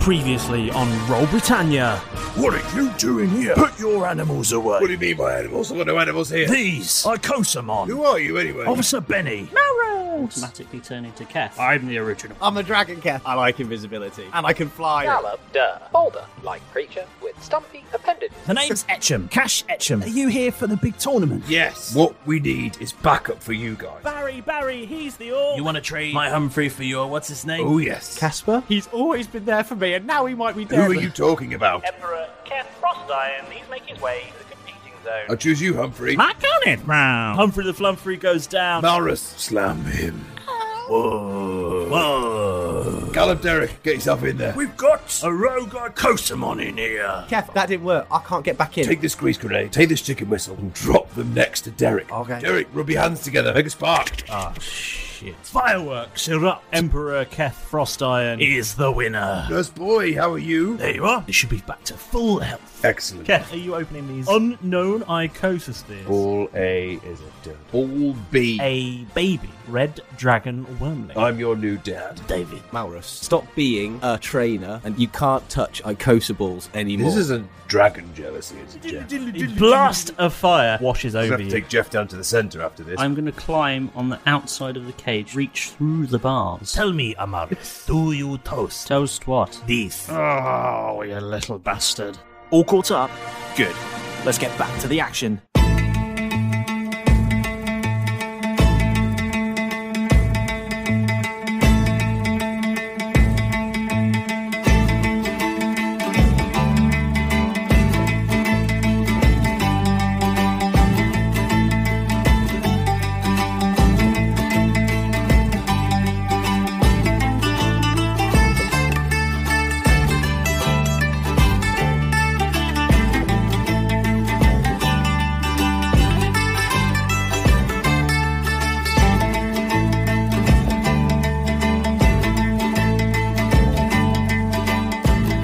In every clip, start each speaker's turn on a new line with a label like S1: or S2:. S1: Previously on Roll Britannia.
S2: What are you doing here? Put your animals away.
S3: What do you mean by animals? What are animals here?
S2: These! I coast them on.
S3: Who are you anyway?
S2: Officer Benny.
S4: Automatically turn into Keth.
S3: I'm the original.
S5: I'm a dragon cat. I like invisibility. And I can fly.
S1: The name's Etcham. Cash Etcham.
S2: you here for the big tournament?
S3: Yes. What we need is backup for you guys.
S1: Barry, Barry, he's the orc.
S3: You want to trade?
S1: my Humphrey for your what's his name?
S3: oh yes.
S5: Casper? He's always been there for me, and now he might be
S3: Who are you talking about?
S4: Emperor Keth Frostiron. He's making his way to the competing zone.
S3: I choose you, Humphrey.
S1: Matt Conant Brown. Humphrey the Flumfrey goes down.
S3: Malrus. Slam him.
S1: Whoa.
S3: Callum Derrick, get yourself in there.
S2: We've got a rogue Icosamon in here.
S5: Kev, that didn't work. I can't get back in.
S3: Take this grease grenade, take this chicken whistle, and drop them next to Derek.
S5: Okay.
S3: Derek, rub your hands together, make a spark.
S1: Ah, shit. Fireworks erupt. Emperor Keth Frostiron is the winner.
S3: Nurse boy, how are you?
S1: There you are. They should be back to full health.
S3: Excellent.
S1: Keth, are you opening these? Unknown Icosis spheres.
S6: Ball A is a dud.
S7: All B.
S1: A baby red dragon wormling.
S3: I'm your new dad.
S1: David.
S5: Malrus. Stop being a trainer, and you can't touch Icosa balls anymore.
S3: This isn't dragon jealousy, it's Jeff. You
S1: A blast of fire washes over
S3: have to
S1: you.
S3: take Jeff down to the centre after this.
S4: I'm going to climb on the outside of the cage, reach through the bars.
S1: Tell me, Amar, do you toast
S4: Toast what?
S1: these?
S8: Oh, you little bastard.
S1: All caught up.
S2: Good. Let's get back to the action.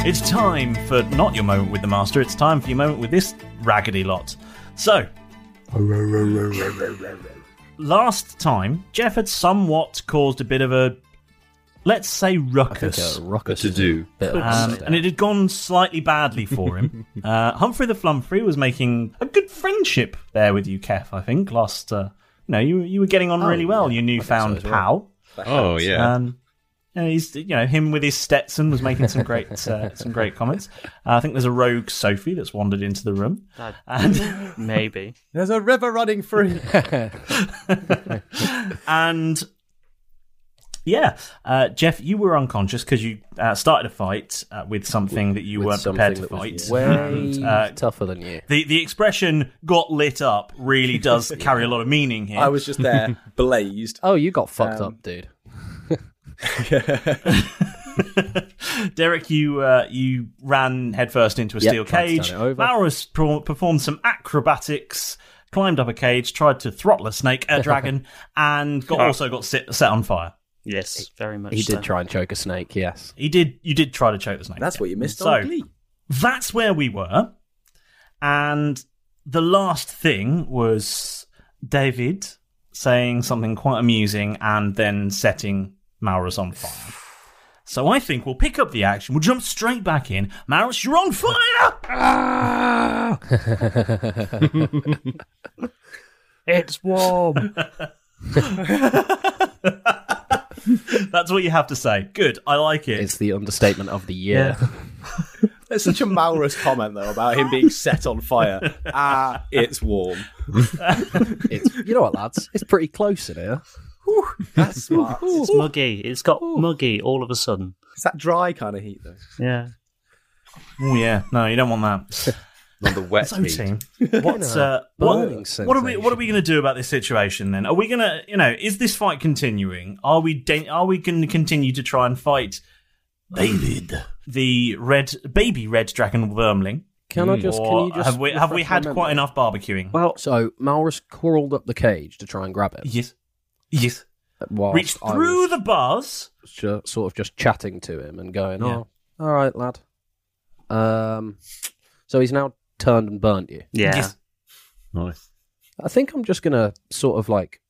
S1: It's time for not your moment with the master. It's time for your moment with this raggedy lot. So, last time Jeff had somewhat caused a bit of a, let's say, ruckus.
S6: to do.
S1: Um, and it had gone slightly badly for him. uh, Humphrey the Flumfrey was making a good friendship there with you, Kef. I think last, uh, you know, you you were getting on really well, your newfound pal.
S6: Oh yeah.
S1: Um, you know, he's you know him with his Stetson was making some great uh, some great comments. Uh, I think there's a rogue Sophie that's wandered into the room, and
S4: Maybe.
S5: There's a river running through.
S1: and Yeah, uh, Jeff, you were unconscious because you uh, started a fight uh, with something that you
S7: With
S1: weren't prepared to
S7: something that
S1: fight.
S7: was way
S1: And, uh,
S7: tougher than you.
S1: the the expression "got lit up" really does carry a lot of meaning here.
S7: I was just there,
S1: blazed.
S7: Oh, you got fucked
S1: Um,
S7: up, dude.
S1: Derek, you uh, you ran headfirst into a
S7: Yep,
S1: steel
S7: tried to
S1: cage.
S7: turn it over.
S1: Mara has pro- performed some acrobatics, climbed up a cage, tried to throttle a snake, a dragon, and got also got sit, set on fire.
S4: Ah. Yes, very much.
S7: He
S1: so.
S7: did try and choke a snake. Yes.
S1: He did. You did try to choke the snake.
S7: That's what you missed
S1: So
S7: on Glee.
S1: that's where we were, and the last thing was David saying something quite amusing and then setting Maurus on fire. So I think we'll pick up the action. We'll jump straight back in. Maurus, you're on
S7: Ah!
S1: fire!
S4: it's warm.
S1: That's what you have to say. Good. I like it.
S7: It's the understatement of the year.
S9: There's such a Maurus comment though about him being set on fire. Ah, it's warm.
S7: it's you know what, lads? It's pretty close in here.
S9: That's smart.
S4: it's muggy. It's got muggy all of a sudden.
S9: It's that dry kind of heat though.
S4: Yeah.
S1: Oh yeah, no, you don't want that.
S10: Not the wet
S1: so
S10: heat.
S1: team. What's uh, what,
S10: burning
S1: what are we what are we going to do about this situation then? Are we going to you know is this fight continuing? Are we de- are we going to continue to try and fight David, the red baby red dragon wormling?
S7: Can I just- can
S1: Or
S7: you just
S1: have we have we
S7: refresh my
S1: had
S7: memory?
S1: quite enough barbecuing?
S7: Well, so Maurus crawled up the cage to try and grab it.
S1: Yes, yes.
S7: Whilst
S1: Reached
S7: I
S1: through
S7: was
S1: the bars.
S7: ju- sort of just chatting to him and going,
S1: Yeah.
S7: "Oh, all right, lad." Um, so he's now turned and burnt you.
S4: Yeah. Yes.
S6: Nice.
S7: I think I'm just gonna sort of like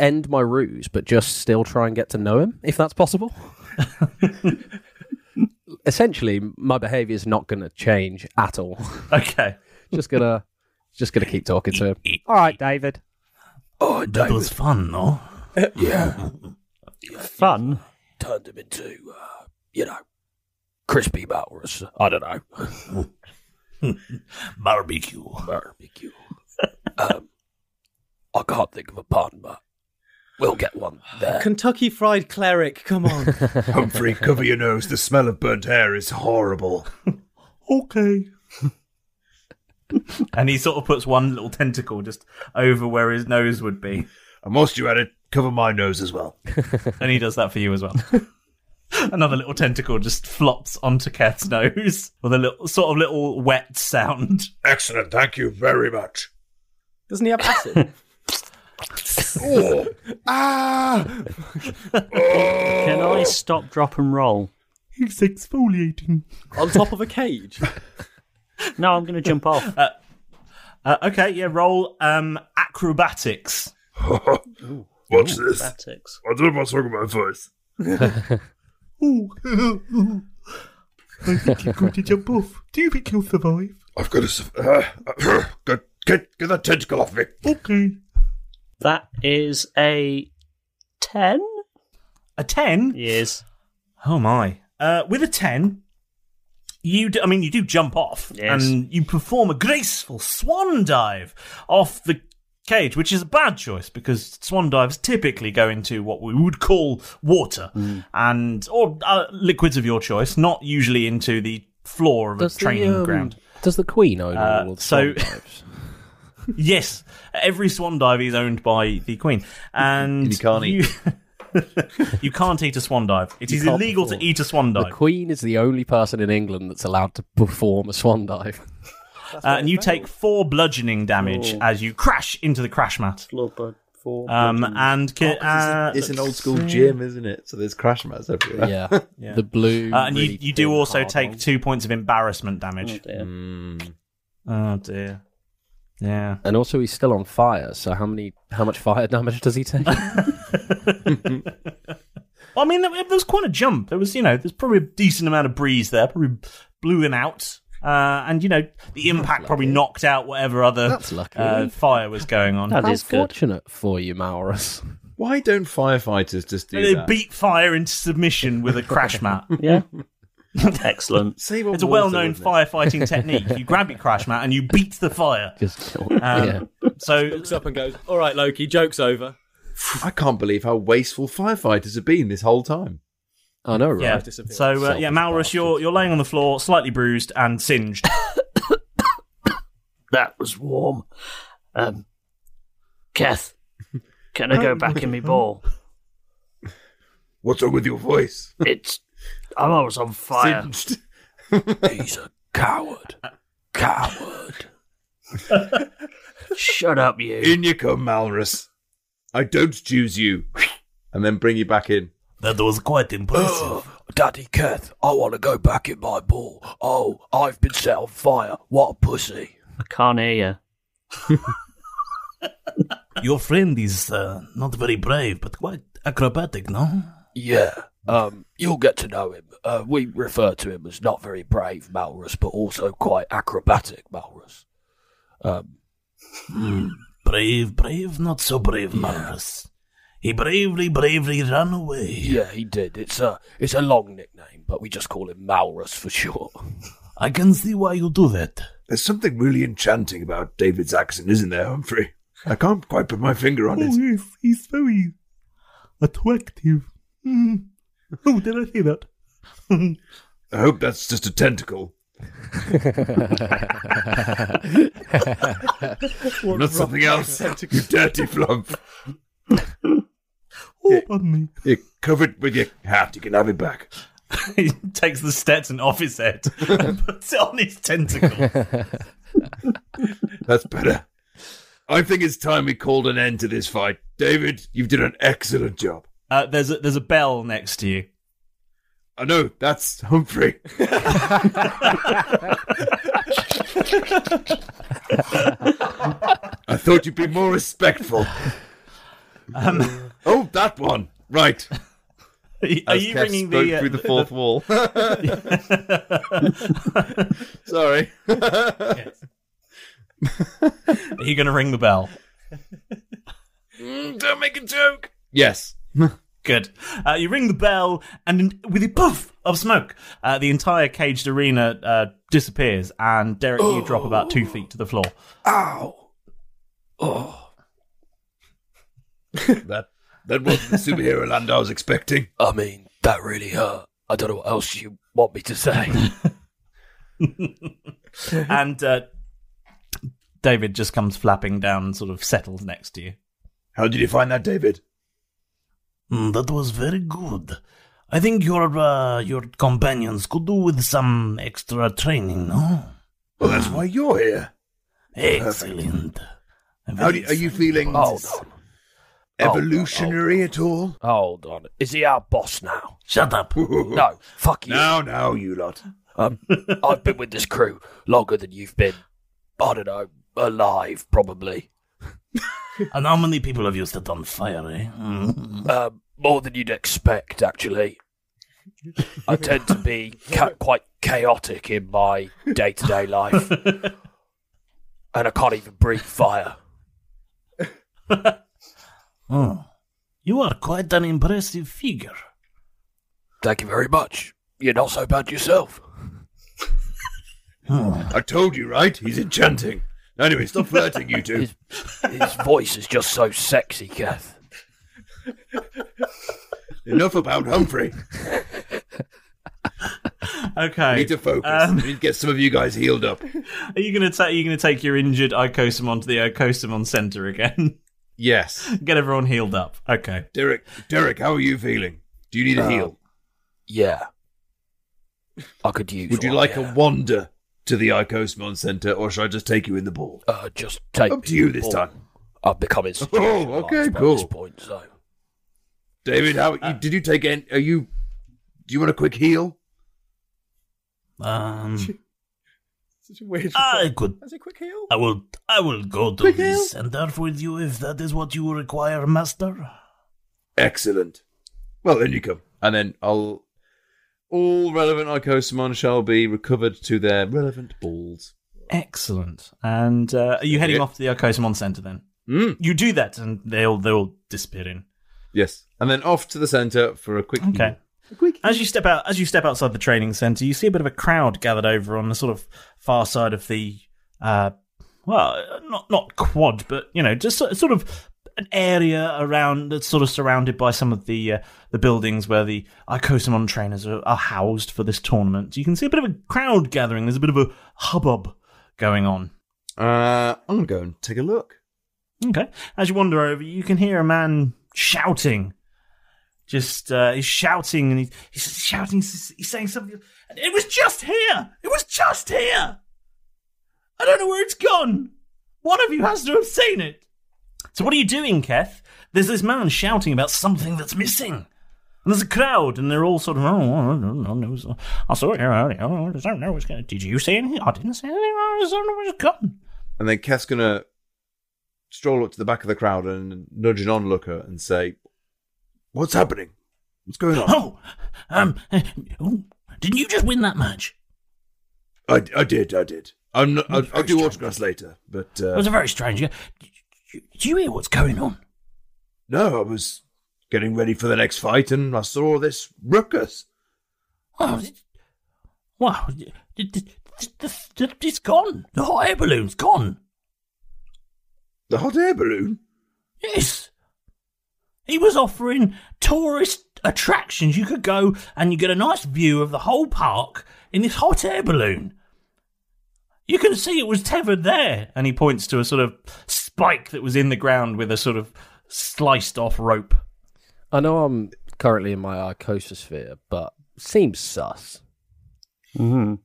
S7: end my ruse, but just still try and get to know him if that's possible. Essentially, my behaviour is not gonna change at all.
S1: Okay.
S7: just gonna just gonna keep talking to him. All right, David.
S11: Oh,
S1: That was fun, though.
S11: yeah.
S4: Fun.
S11: Turned him into, uh, you know, crispy Maurus. I don't know.
S1: Barbecue.
S11: Barbecue. um, I can't think of a pun, but we'll get one there.
S9: Kentucky Fried Cleric, come on.
S11: Humphrey, cover your nose. The smell of burnt hair is horrible.
S1: okay. and he sort of puts one little tentacle just over where his nose would be.
S11: And whilst you're at it, cover my nose as well.
S1: and he does that for you as well. Another little tentacle just flops onto Keth's nose with a little sort of little wet sound.
S11: Excellent, thank you very much.
S9: Doesn't he have acid?
S11: oh, ah!
S4: Can
S5: Oh.
S4: I stop, drop, and roll?
S1: He's exfoliating.
S9: On top of a cage.
S4: No, I'm going to jump off.
S1: Uh, uh, okay, yeah, roll um, acrobatics.
S3: Watch this.
S4: Acrobatics.
S3: I don't know if I talking about first.
S2: I think you're going to jump off. Do you think you'll survive?
S3: I've got to. surv- Uh, get, get, get that tentacle off me.
S2: Okay.
S4: That is a 10?
S1: A 10?
S4: Yes.
S1: Oh my. Uh, with a 10, you do, I mean, you do jump off
S4: Yes.
S1: and you perform a graceful swan dive off the cage, which is a bad choice because swan dives typically go into what we would call water and or uh, liquids of your choice, not usually into the floor of a training
S7: um,
S1: ground.
S7: Does the Queen own
S1: Uh,
S7: all of the swan
S1: so-
S7: dives?
S1: Yes, every swan dive is owned by the Queen, and you can't eat. you can't eat a swan dive. It
S7: You
S1: is
S7: can't
S1: illegal to
S7: perform.
S1: eat a swan dive.
S7: The Queen is the only person in England that's allowed to perform a swan dive.
S1: Uh, and you take four bludgeoning damage
S7: Oh.
S1: as you crash into the crash mat.
S4: four
S1: Um, and ca- uh,
S6: Oh, it's an old school
S1: let's see.
S6: gym, isn't it? So there's crash mats everywhere.
S7: Yeah. The blue
S1: Uh, and
S7: really
S1: you, you do
S7: thin Mm.
S1: also
S7: hard
S1: take
S7: ones.
S1: two points of embarrassment damage.
S4: Oh dear.
S1: Oh dear. Yeah.
S7: And also, he's still on fire. So how many? How much fire damage does he take?
S1: Well, I mean, there, there was quite a jump. There was, you know, there's probably a decent amount of breeze there. Probably blew him out. Uh, and you know, the impact probably knocked out whatever other
S7: That's lucky.
S1: uh, fire was going on.
S7: How fortunate for you, Maurus.
S6: Why don't firefighters just do
S1: They
S6: that?
S1: beat fire into submission with a crash mat.
S4: Yeah. Excellent.
S6: Save on
S1: It's a
S6: water,
S1: well-known
S6: wouldn't it?
S1: firefighting technique. You grab your crash mat and you beat the fire.
S7: Just
S1: Um, So
S9: looks up and goes, All right, Loki, joke's over.
S6: I can't believe how wasteful firefighters have been this whole time.
S12: I know,
S1: Yeah. So uh, yeah, Malrus, you're you're laying on the floor, slightly bruised and singed.
S4: that was warm. Um, Keth, can I go back in my ball?
S2: What's wrong with your voice?
S4: It's. I'm always on fire.
S11: He's a coward. Coward.
S4: Shut up, you.
S6: In you come, Malrus. I don't choose you. And then bring you back in.
S11: That was quite impressive. Oh, Daddy Keth, I want to go back in my ball. Oh, I've been set on fire. What a pussy.
S13: I can't hear
S14: Your friend is uh, not very brave, but quite acrobatic, no?
S11: Yeah. Um, you'll get to know him. Uh, we refer to him as not very brave Malrus, but also quite acrobatic Malrus. Um,
S14: Hmm. Brave, brave, not so brave, Malrus. He bravely, bravely ran away.
S11: yeah, he did. It's a it's a long nickname, but we just call him Malrus for short.
S14: I can see why you do that.
S2: There's something really enchanting about David's accent, isn't there, Humphrey? I can't quite put my finger on
S1: Oh,
S2: it.
S14: yes, he's very attractive. Hmm. Oh, did I say that?
S2: I hope that's just a tentacle. Not something else. You dirty flump.
S14: oh, pardon me.
S2: You cover it with your hat. You can have it back.
S1: he takes the Stetson off his head and puts it on his tentacle.
S2: That's better. I think it's time we called an end to this fight. David, you've done an excellent job.
S1: Uh, there's a, there's a bell next to you.
S2: I know that's Humphrey. I thought you'd be more respectful. oh, that one. Right.
S1: Um, Are you ringing the, uh,
S6: through the fourth wall? Sorry.
S1: Are you going to ring the bell?
S2: Mm, don't make a joke.
S1: Yes. Good. Uh, you ring the bell, and in- with a puff of smoke, uh, the entire caged arena uh, disappears, and Derek, you drop about
S6: Oh.
S1: two feet to the floor.
S11: Ow!
S2: That that wasn't the superhero land I was expecting.
S11: I mean, that really hurt. I don't know what else you want me to say.
S1: and uh, David just comes flapping down and sort of settles next to you.
S2: How did you find that, David?
S14: Hmm, that was very good. I think your uh, your companions could do with some extra training, no?
S2: Well, that's why you're here.
S14: Excellent.
S2: How do, are you feeling
S11: Hold
S2: evolutionary at all?
S1: Oh,
S11: Hold on. Is he our boss now?
S14: Shut up.
S11: no, fuck you.
S2: No, no, you lot.
S11: Um, I've been with this crew longer than you've been. I don't know, alive probably.
S14: And how many people have you set on fire, eh? Hmm.
S11: Um, more than you'd expect, actually. I tend to be ca- quite chaotic in my day-to-day life, and I can't even breathe fire.
S14: Oh, you are quite an impressive figure.
S11: Thank you very much. You're not so bad yourself.
S2: I told you, right? He's enchanting. Anyway, stop flirting, you two.
S11: His, his voice is just so sexy, Kath.
S2: Enough about Humphrey.
S1: Okay.
S2: We need to focus.
S1: Um,
S2: we need to get some of you guys healed up.
S1: are you going to take? Are you going to take your injured Icosamon to the Icosamon Center again?
S6: Yes.
S1: Get everyone healed up. Okay.
S2: Derek, Derek, how are you feeling? Do you need a
S11: Uh,
S2: heal?
S11: Yeah, I could use.
S2: Would you
S11: one,
S2: like
S11: yeah.
S2: a wander to the Icosmon Center, or should I just take you in the ball?
S11: Uh, just take
S2: Up to you this
S11: or-
S2: time.
S11: I've become institutionalized
S2: Oh, okay,
S11: by
S2: cool.
S11: this point, so
S2: David, how you, did you take? Any, are you? Do you want a quick heal?
S14: Um,
S15: Such a weird.
S14: I could.
S15: That's a quick heal.
S14: I will. I will go to
S15: Quick
S14: the
S15: heal.
S14: center with you if that is what you require, Master.
S2: Excellent. Well, then you come.
S6: And then I'll. All relevant Icosamon shall be recovered to their relevant balls.
S1: Excellent. And uh, are you heading off to the Icosamon Center then?
S6: Mm.
S1: You do that, and they'll they'll disappear in.
S6: Yes. And then off to the Mm-hmm. centre for a quick.
S1: Okay. As you step out, as you step outside the training center, you see a bit of a crowd gathered over on the sort of far side of the, uh, well, not not quad, but you know, just so- sort of an area around that's sort of surrounded by some of the uh, the buildings where the Icosamon trainers are, are housed for this tournament. You can see a bit of a crowd gathering. There's a bit of a hubbub going on.
S6: Uh, I'm gonna go and take a look.
S1: Okay. As you wander over, you can hear a man shouting. Just uh, he's shouting and he's, he's shouting. He's, he's saying something. And it was just here. It was just here. I don't know where it's gone. One of you has to have seen it. So what are you doing, Keth? There's this man shouting about something that's missing. And there's a crowd, and they're all sort of, oh, I don't know, it was- I saw it here earlier. Oh, I don't know what's going. Did you see anything? I didn't see anything. I don't know what's gone.
S6: And then Keth's gonna stroll up to the back of the crowd and nudge an onlooker and say, "What's happening? What's going on?"
S2: Oh, um, eh,
S1: oh,
S2: ooh, didn't you just win that match?
S3: I, I did, I did. I'm not, I'll, I'll do autographs later, but uh,
S2: it was a very strange. yeah. Do you hear what's going on?
S3: no. I was getting ready for the next fight, and I saw this ruckus.
S2: Oh, it- wow, it- it- it- it- it's gone. The hot air balloon's gone.
S3: The hot air balloon?
S2: Yes. He was offering tourist attractions. You could go and you get a nice view of the whole park in this hot air balloon. You can see it was tethered there.
S1: And he points to a sort of spike that was in the ground with a sort of sliced off rope.
S7: I know I'm currently in my icososphere, but seems sus.
S4: Mm-hmm.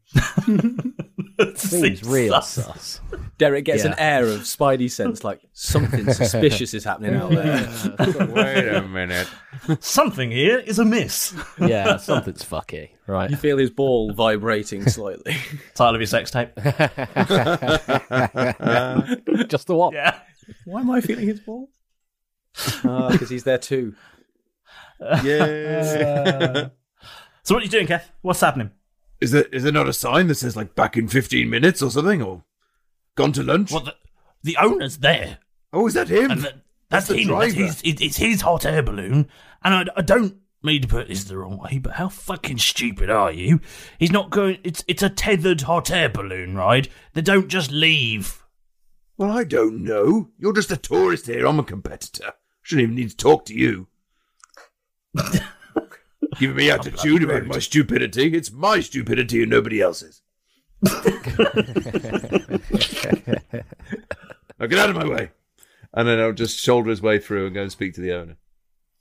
S7: Seems real sus.
S9: Derek gets
S7: Yeah.
S9: an air of spidey sense, like something suspicious is happening out there.
S6: Wait a minute.
S1: Something here is amiss.
S7: Yeah, something's fucky. Right.
S9: You feel his ball vibrating slightly.
S1: Title of his sex tape.
S7: Just the one.
S1: Yeah.
S9: Why am I feeling his ball? Ah,
S7: Because he's there too.
S5: Uh,
S3: Yes.
S1: Uh, so what are you doing, Kev? What's happening?
S3: Is there is there not a sign that says like back in fifteen minutes or something or gone to lunch? What
S2: the, The owner's there.
S3: Oh, is that him?
S2: And that- that's,
S3: That's the
S2: him. That's
S3: driver.
S2: his, it- it's his hot air balloon. And I, I don't mean to put this the wrong way, but how fucking stupid are you? He's not going. It's it's a tethered hot air balloon ride. They don't just leave.
S3: Well, I don't know. You're just a tourist here. I'm a competitor. Shouldn't even need to talk to you. Giving me attitude about my stupidity. It's my stupidity and nobody else's.
S6: Now get out of my way. And then I'll just shoulder his way through and go and speak to the owner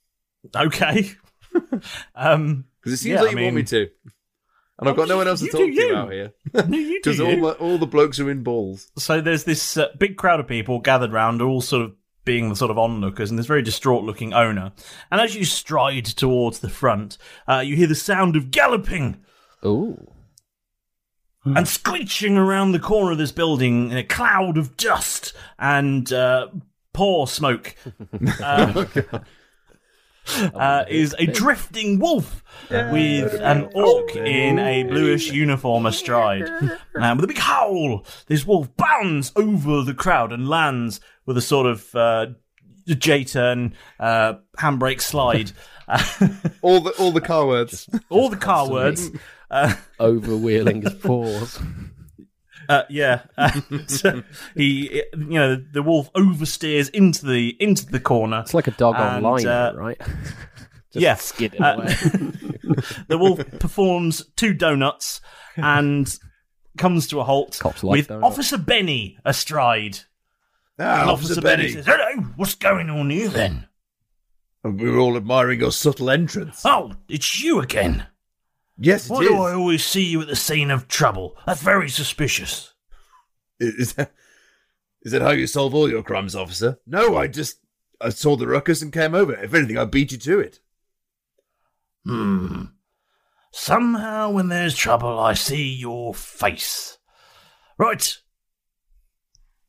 S1: Okay. um,
S6: because it seems
S1: yeah,
S6: like
S1: I
S6: you want me
S1: mean-
S6: to. And I've got no one else to
S1: You
S6: talk
S1: do
S6: to
S1: you.
S6: out here.
S1: No, you do
S6: Because all
S1: you.
S6: the all the blokes are in balls.
S1: So there's this uh, big crowd of people gathered round, all sort of being the sort of onlookers, and this very distraught-looking owner. And as you stride towards the front, uh, you hear the sound of galloping.
S7: Ooh.
S1: And screeching around the corner of this building in a cloud of dust and uh, poor smoke
S6: Oh,
S1: uh, uh, is a drifting wolf with an orc in a bluish uniform astride. And with a big howl, this wolf bounds over the crowd and lands with a sort of uh, J turn, uh, handbrake slide.
S6: all the all the car words.
S1: All the car words. Uh,
S7: Overwheeling his paws.
S1: Uh, yeah, And, uh, he, you know, the wolf oversteers into the into the corner. It's
S7: like a dog on
S1: and,
S7: line,
S1: uh,
S7: right?
S1: Yes, yeah, Uh,
S7: skidding away.
S1: the wolf performs two donuts and comes to a halt
S7: like
S1: with
S7: donuts.
S1: Officer Benny astride.
S3: Ah,
S1: And
S3: Officer Benny.
S1: says, "Hello, what's going on here then?
S3: And we were all admiring your subtle entrance.
S2: Oh, it's you again.
S3: Yes, it
S2: Why
S3: is.
S2: do I always see you at the scene of trouble? That's very suspicious.
S3: Is that, is that how you solve all your crimes, officer? No, I just I saw the ruckus and came over. If anything, I beat you to it.
S2: Hmm. Somehow, when there's trouble, I see your face. Right.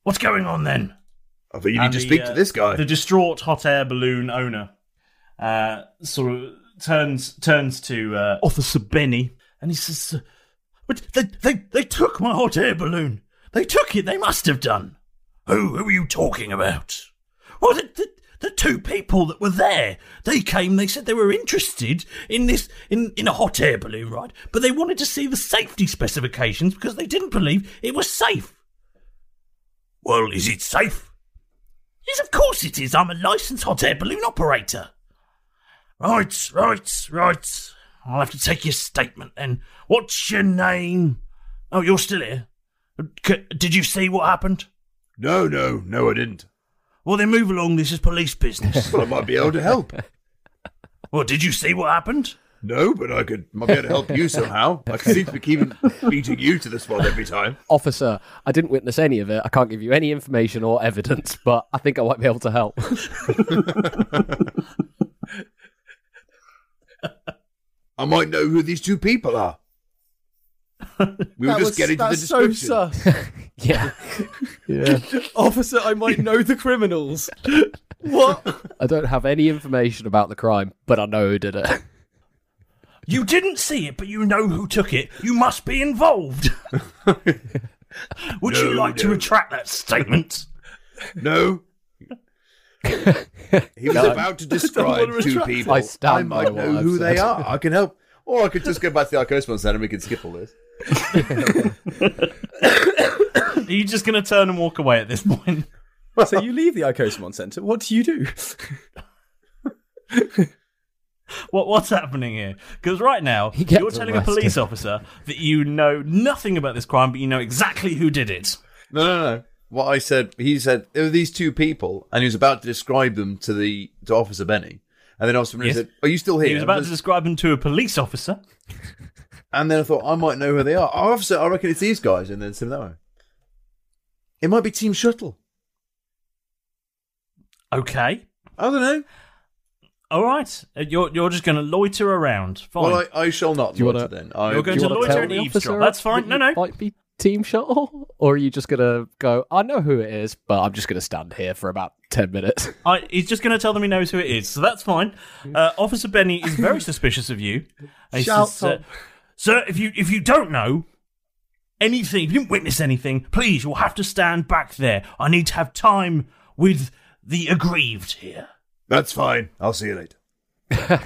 S2: What's going on then? uh,
S3: I think
S2: you need to speak to this guy.
S1: The distraught hot air balloon owner uh, sort of turns turns to uh, Officer Benny and he says,
S2: But they, they, they took my hot air balloon. They took it. They must have done. Who, who are you talking about? Well, the, the, the two people that were there. They came. They said they were interested in this in, in a hot air balloon ride, but they wanted to see the safety specifications because they didn't believe it was safe. Well, is it safe? Yes, of course it is. I'm a licensed hot air balloon operator. Right, right, right. I'll have to take your statement then. What's your name? Oh, you're still here. C- did you see what happened?
S6: No, no, no, I didn't.
S2: Well, then move along. This is police business.
S6: well, I might be able to help.
S2: Well, did you see what happened?
S6: No, but I could might be able to help you somehow. I seem to be keeping beating you to the spot every time.
S7: Officer, I didn't witness any of it. I can't give you any information or evidence, but I think I might be able to help.
S6: I might know who these two people are. We were
S5: That
S6: just
S5: was-
S6: getting to the
S5: that's so
S6: description.
S5: sus.
S7: yeah. yeah.
S5: Officer, I might know the criminals.
S7: What? I don't have any information about the crime, but I know who did it.
S2: You didn't see it, but you know who took it. You must be involved. Would you
S6: No,
S2: like to
S6: no.
S2: retract that statement?
S6: No. he was
S7: No.
S6: about to
S7: I don't
S6: describe
S7: wanna
S6: two
S7: retract
S6: people.
S7: it. I stand by
S6: might
S7: what
S6: know
S7: I've
S6: who they
S7: said.
S6: are. I can help. Or I could just go back to the Arcos one and we can skip all this.
S1: Are you just going to turn and walk away at this point?
S5: so you leave the Icosmon Center. What do you do?
S1: What what's happening here? Because right now you're telling a police
S5: arrested.
S1: officer that you know nothing about this crime, but you know exactly who did it.
S6: No, no, no. What I said, he said there were these two people, and he was about to describe them to the to Officer Benny, and then Officer Benny
S1: Yes.
S6: said, "Are you still here?"
S1: He was
S6: And I
S1: about to describe him to a police officer.
S6: And then I thought I might know who they are. Oh, officer, I reckon it's these guys, and then send them that way. It might be Team Shuttle.
S1: Okay.
S6: I don't know.
S1: All right, Uh, you're you're just going to loiter around. Fine.
S6: Well, I, I shall not
S7: Do you
S6: loiter
S7: wanna-
S6: then. I,
S1: You're going to loiter and eavesdrop. That's fine. No, no.
S7: Might be team shuttle, or are you just gonna go? I know who it is, but I'm just gonna stand here for about ten minutes.
S1: I, he's just going to tell them he knows who it is, so that's fine. Uh, Officer Benny is very suspicious of you. He
S2: Shout,
S1: uh,
S2: Tom.
S1: Sir, if you if you don't know anything, if you didn't witness anything, please, you'll have to stand back there. I need to have time with the aggrieved here.
S6: That's fine. I'll see you later.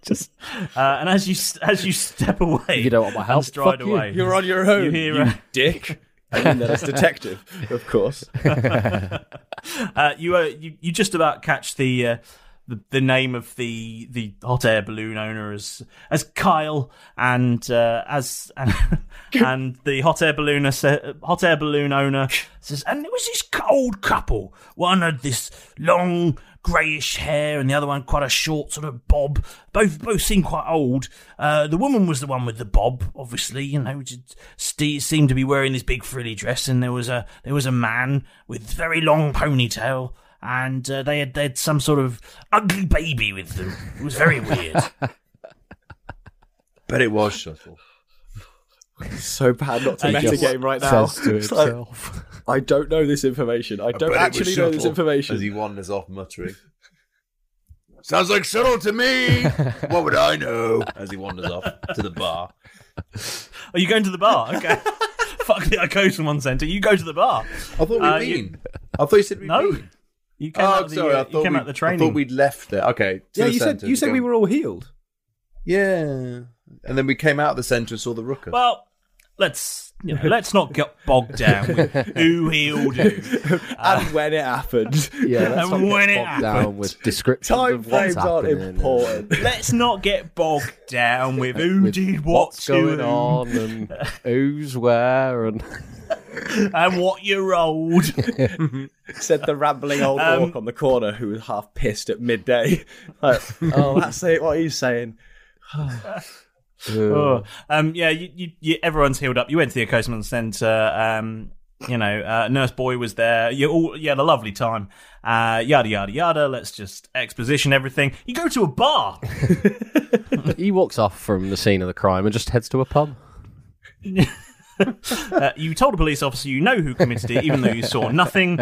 S1: Just uh, and as you as you step away, you
S7: don't want my help. Fuck
S1: Stride
S7: you.
S1: away.
S7: You're on your own,
S1: You hear
S7: you
S1: a-
S5: Dick. I mean that as detective, of course.
S1: uh, you, uh, you you just about catch the, uh, the the name of the the hot air balloon owner as as Kyle and uh, as and, and the hot air balloon uh, sa- hot air balloon owner says,
S2: And there was this old couple. One had this long greyish hair, and the other one quite a short sort of bob. Both both seemed quite old. Uh, the woman was the one with the bob, obviously. You know, just ste seemed to be wearing this big frilly dress, and there was a there was a man with very long ponytail, and uh, they had they had some sort of ugly baby with them. It was very weird.
S6: But it was Shuttle.
S5: so bad not to
S7: He
S5: meta
S7: just
S5: game right now.
S7: says to
S5: It's like,
S7: himself.
S5: I don't know this information. I don't
S6: bet it was
S5: actually know this
S6: Shuttle,
S5: information.
S6: As he wanders off muttering. Sounds like Shuttle to me. what would I know? As he wanders off to the bar.
S1: "Are you going to the bar? Okay, fuck the Icosan one centre. You go to the bar.
S6: I thought we'd
S1: Uh,
S6: been.
S1: you-
S6: I thought you said we'd
S1: no.
S6: been.
S1: You came
S6: oh,
S1: out of the,
S6: sorry.
S1: uh,
S6: I
S1: you
S6: thought
S1: came
S6: we-
S1: out of the
S6: I
S1: training.
S6: thought we'd left there. Okay. to
S5: yeah,
S6: the
S5: you said
S6: centre
S5: you
S6: to
S5: said
S6: go-
S5: we were all healed.
S6: Yeah. And then we came out of the centre and saw the rooker.
S1: Well, let's you know, let's not get bogged down with who Uh, healed who.
S5: and when it happened.
S7: Yeah,
S1: that's And not when get it bogged down happened.
S7: with descriptions
S5: Time
S7: of what's
S5: frames aren't
S7: happening and
S5: important.
S1: Let's not get bogged down with who did what
S7: what's
S1: to
S7: going
S1: who
S7: on and who's where and
S1: and what you're old.
S5: Said the rambling old
S1: Um,
S5: orc on the corner who was half pissed at midday. Like, oh, that's it, what he's saying.
S1: Oh, um, yeah, you, you, you, everyone's healed up. You went to the Acousman Centre. Um, you know, uh, Nurse Boy was there. You all you had a lovely time. Uh, yada yada yada. Let's just exposition everything. You go to a bar.
S7: he walks off from the scene of the crime and just heads to a pub.
S1: Uh, you told a police officer you know who committed it, even though you saw nothing,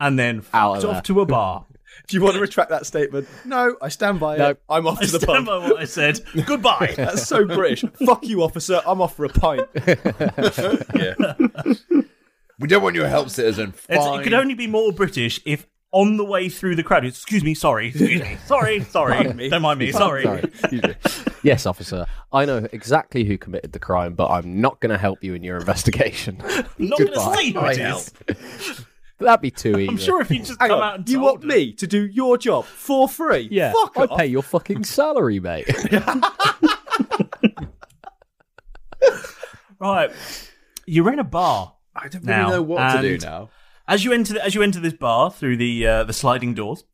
S1: and then
S7: Out of
S1: fucked
S7: there.
S1: off to a bar.
S5: Do you want to retract that statement? No, I stand by
S7: No.
S5: it. I'm off
S1: I
S5: to the
S1: stand
S5: pub.
S1: by what I said. Goodbye.
S5: That's so British. Fuck you, officer. I'm off for a pint.
S6: yeah. we don't want your help, citizen.
S1: It's,
S6: Fine.
S1: it could only be more British if on the way through the crowd, excuse me, sorry, excuse me, sorry, sorry,
S7: Pardon me.
S1: don't mind me, sorry.
S7: Excuse me. yes, officer. I know exactly who committed the crime, but I'm not going to help you in your investigation.
S1: I'm not going to
S7: Goodbye.
S1: say who it is.
S7: That'd be too easy.
S5: Hang on, you want me to do your job for free?
S7: Yeah,
S5: Fuck
S7: I
S5: off.
S7: pay your fucking salary, mate.
S1: Right, you're in a bar.
S2: I don't
S6: really know what to do now.
S1: As you enter, the, as you enter this bar through the uh, the sliding doors,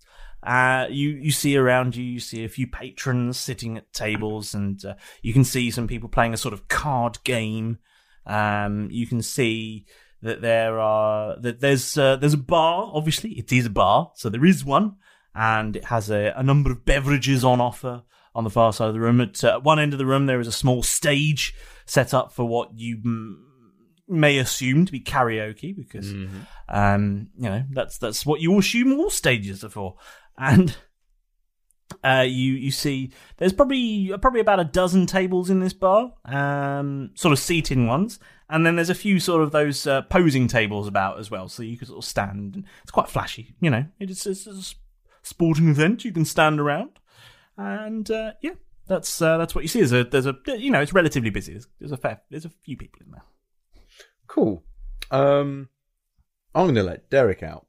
S1: uh, you you see around you, you see a few patrons sitting at tables, and uh, you can see some people playing a sort of card game. Um, you can see that there are that there's uh, there's a bar. Obviously, it is a bar, so there is one, and it has a, a number of beverages on offer on the far side of the room. At uh, one end of the room, there is a small stage set up for what you mm, may assume to be karaoke because
S4: Mm. Mm-hmm.
S1: um, you know that's that's what you assume all stages are for. And uh, you you see there's probably probably about a dozen tables in this bar, um, sort of seating ones, and then there's a few sort of those uh, posing tables about as well, so you can sort of stand. And it's quite flashy, you know. It's, it's, it's a sporting event. You can stand around, and uh, yeah. That's uh, that's what you see. There's a, there's a you know it's relatively busy. There's, there's a fair there's a few people in there.
S6: Cool. Um, I'm gonna let Derek out.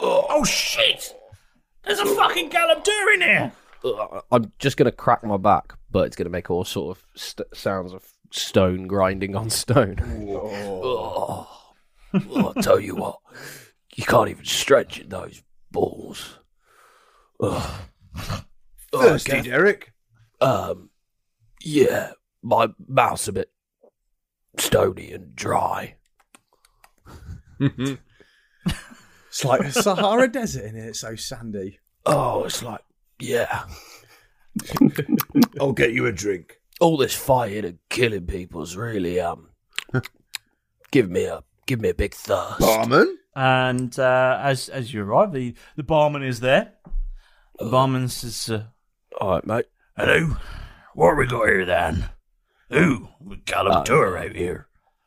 S16: Oh shit! There's a fucking Galladeer in here!
S2: Uh,
S7: I'm just going to crack my back, but it's going to make all sort of st- sounds of stone grinding on stone.
S16: Oh.
S11: Well, Oh, I'll tell you what, you can't even stretch in those balls. Ugh. Oh,
S2: Thirsty,
S6: Derek.
S11: Um, yeah, my mouth's a bit stony and dry.
S14: It's like the Sahara Desert in it. It's so sandy.
S11: Oh, it's like, yeah.
S2: I'll get you a drink.
S11: All this fighting and killing people's really um, give me a give me a big thirst.
S2: Barman.
S1: And uh, as as you arrive, the, the barman is there. The barman says, uh,
S7: "All right, mate.
S16: Hello? What we got here then? Who? We Galladeer
S11: Uh,
S16: out here.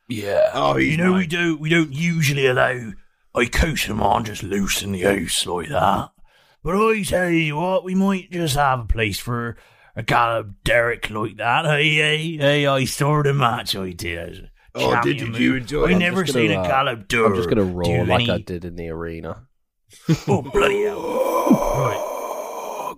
S11: Yeah.
S16: Oh, you know we do we don't usually allow I coach them on just loose in the house like that. But I tell you what, we might just have a place for a Gallop Derek like that. Hey, hey, hey, I uh, saw the match I did.
S2: Oh, did you-
S16: Champion
S2: you
S16: move.
S2: enjoy it?
S16: I
S2: I'm
S16: never
S2: just
S16: seen
S2: gonna,
S16: a
S2: uh,
S16: Gallop Derek.
S7: I'm just going to
S16: do
S7: roar like
S16: any-
S7: I did in the arena.
S16: Oh, bloody hell.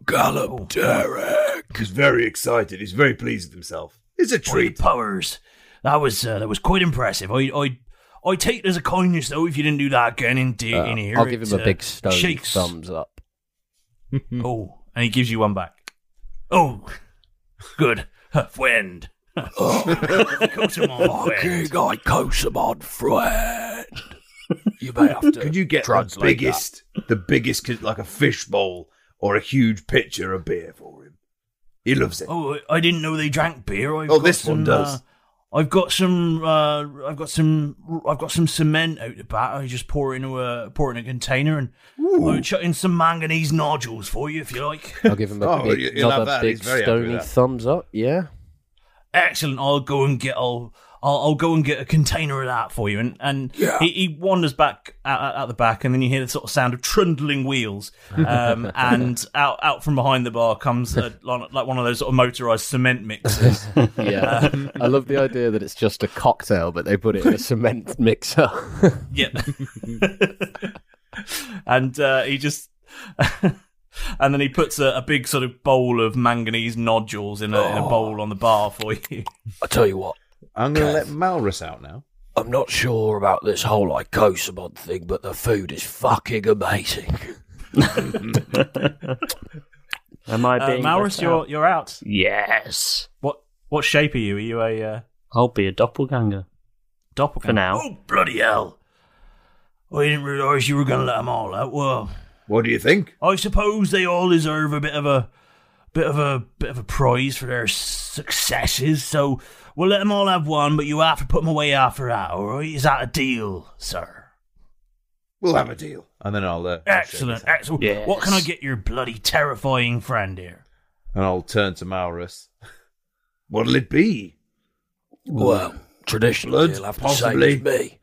S2: Gallop Derek. He's very excited. He's very pleased with himself. It's a
S16: treat. Powers. That was uh, that was quite impressive. I I I take it as a kindness though if you didn't do that again in, de-
S7: Uh,
S16: in here.
S7: I'll give
S16: It,
S7: him a
S16: uh,
S7: big stone
S16: Shakes.
S7: thumbs up.
S1: oh, and he gives you one back.
S16: Oh, good friend.
S2: Oh.
S16: coach him on
S11: Okay,
S16: friend.
S11: guy, coach them on friend. You may have to.
S2: Could you get the
S11: translate
S2: biggest, the biggest, kid- like a fish bowl or a huge pitcher of beer for him? He loves it.
S16: Oh, I I didn't know they drank beer. I've
S2: Oh,
S16: got
S2: this one
S16: some,
S2: does.
S16: uh, I've got some. Uh, I've got some. I've got some cement out the back. I just pour it into a pour it in a container and I'll chuck in some manganese nodules for you if you like.
S7: I'll give him a
S16: Oh,
S7: big,
S16: you- you'll have
S7: another
S16: that.
S7: big
S16: He's very happy with
S7: stony
S16: that.
S7: thumbs up. Yeah.
S16: excellent. I'll go and get. I'll I'll, I'll go and get a container of that for you. And and he, he wanders back out, out, out the back, and then you hear the sort of sound of trundling wheels. Um, and out out from behind the bar comes a, like one of those sort of motorized cement mixers.
S7: yeah.
S16: Um,
S7: I love the idea that it's just a cocktail, but they put it in a cement mixer.
S1: Yeah. and uh, he just. and then he puts a, a big sort of bowl of manganese nodules in a, in a bowl on the bar for you.
S11: I tell you what.
S6: I'm going to let Malrus out now.
S11: I'm not sure about this whole Icosabod thing, but the food is fucking amazing.
S4: Am I
S1: Uh,
S4: being
S1: Maurus,
S4: let
S1: you're
S4: out?
S1: you're out.
S4: Yes.
S1: What what shape are you? Are you a uh,
S4: I'll be a doppelganger.
S1: Doppelganger
S4: for now.
S16: Oh bloody hell! I didn't realise you were going to let them all out. Well,
S2: What do you think?
S16: I suppose they all deserve a bit of a bit of a bit of a prize for their successes. So we'll let them all have one, but you have to put them away after that. All right? Is that a deal, sir?
S2: We'll have a deal.
S6: And then I'll uh,
S16: Excellent, excellent.
S6: Yes.
S16: What can I get your bloody terrifying friend here?
S6: and I'll turn to Malrus.
S2: What'll it be?
S11: Well, traditionally,
S2: Blood,
S11: you'll have to same
S2: possibly.
S11: as me.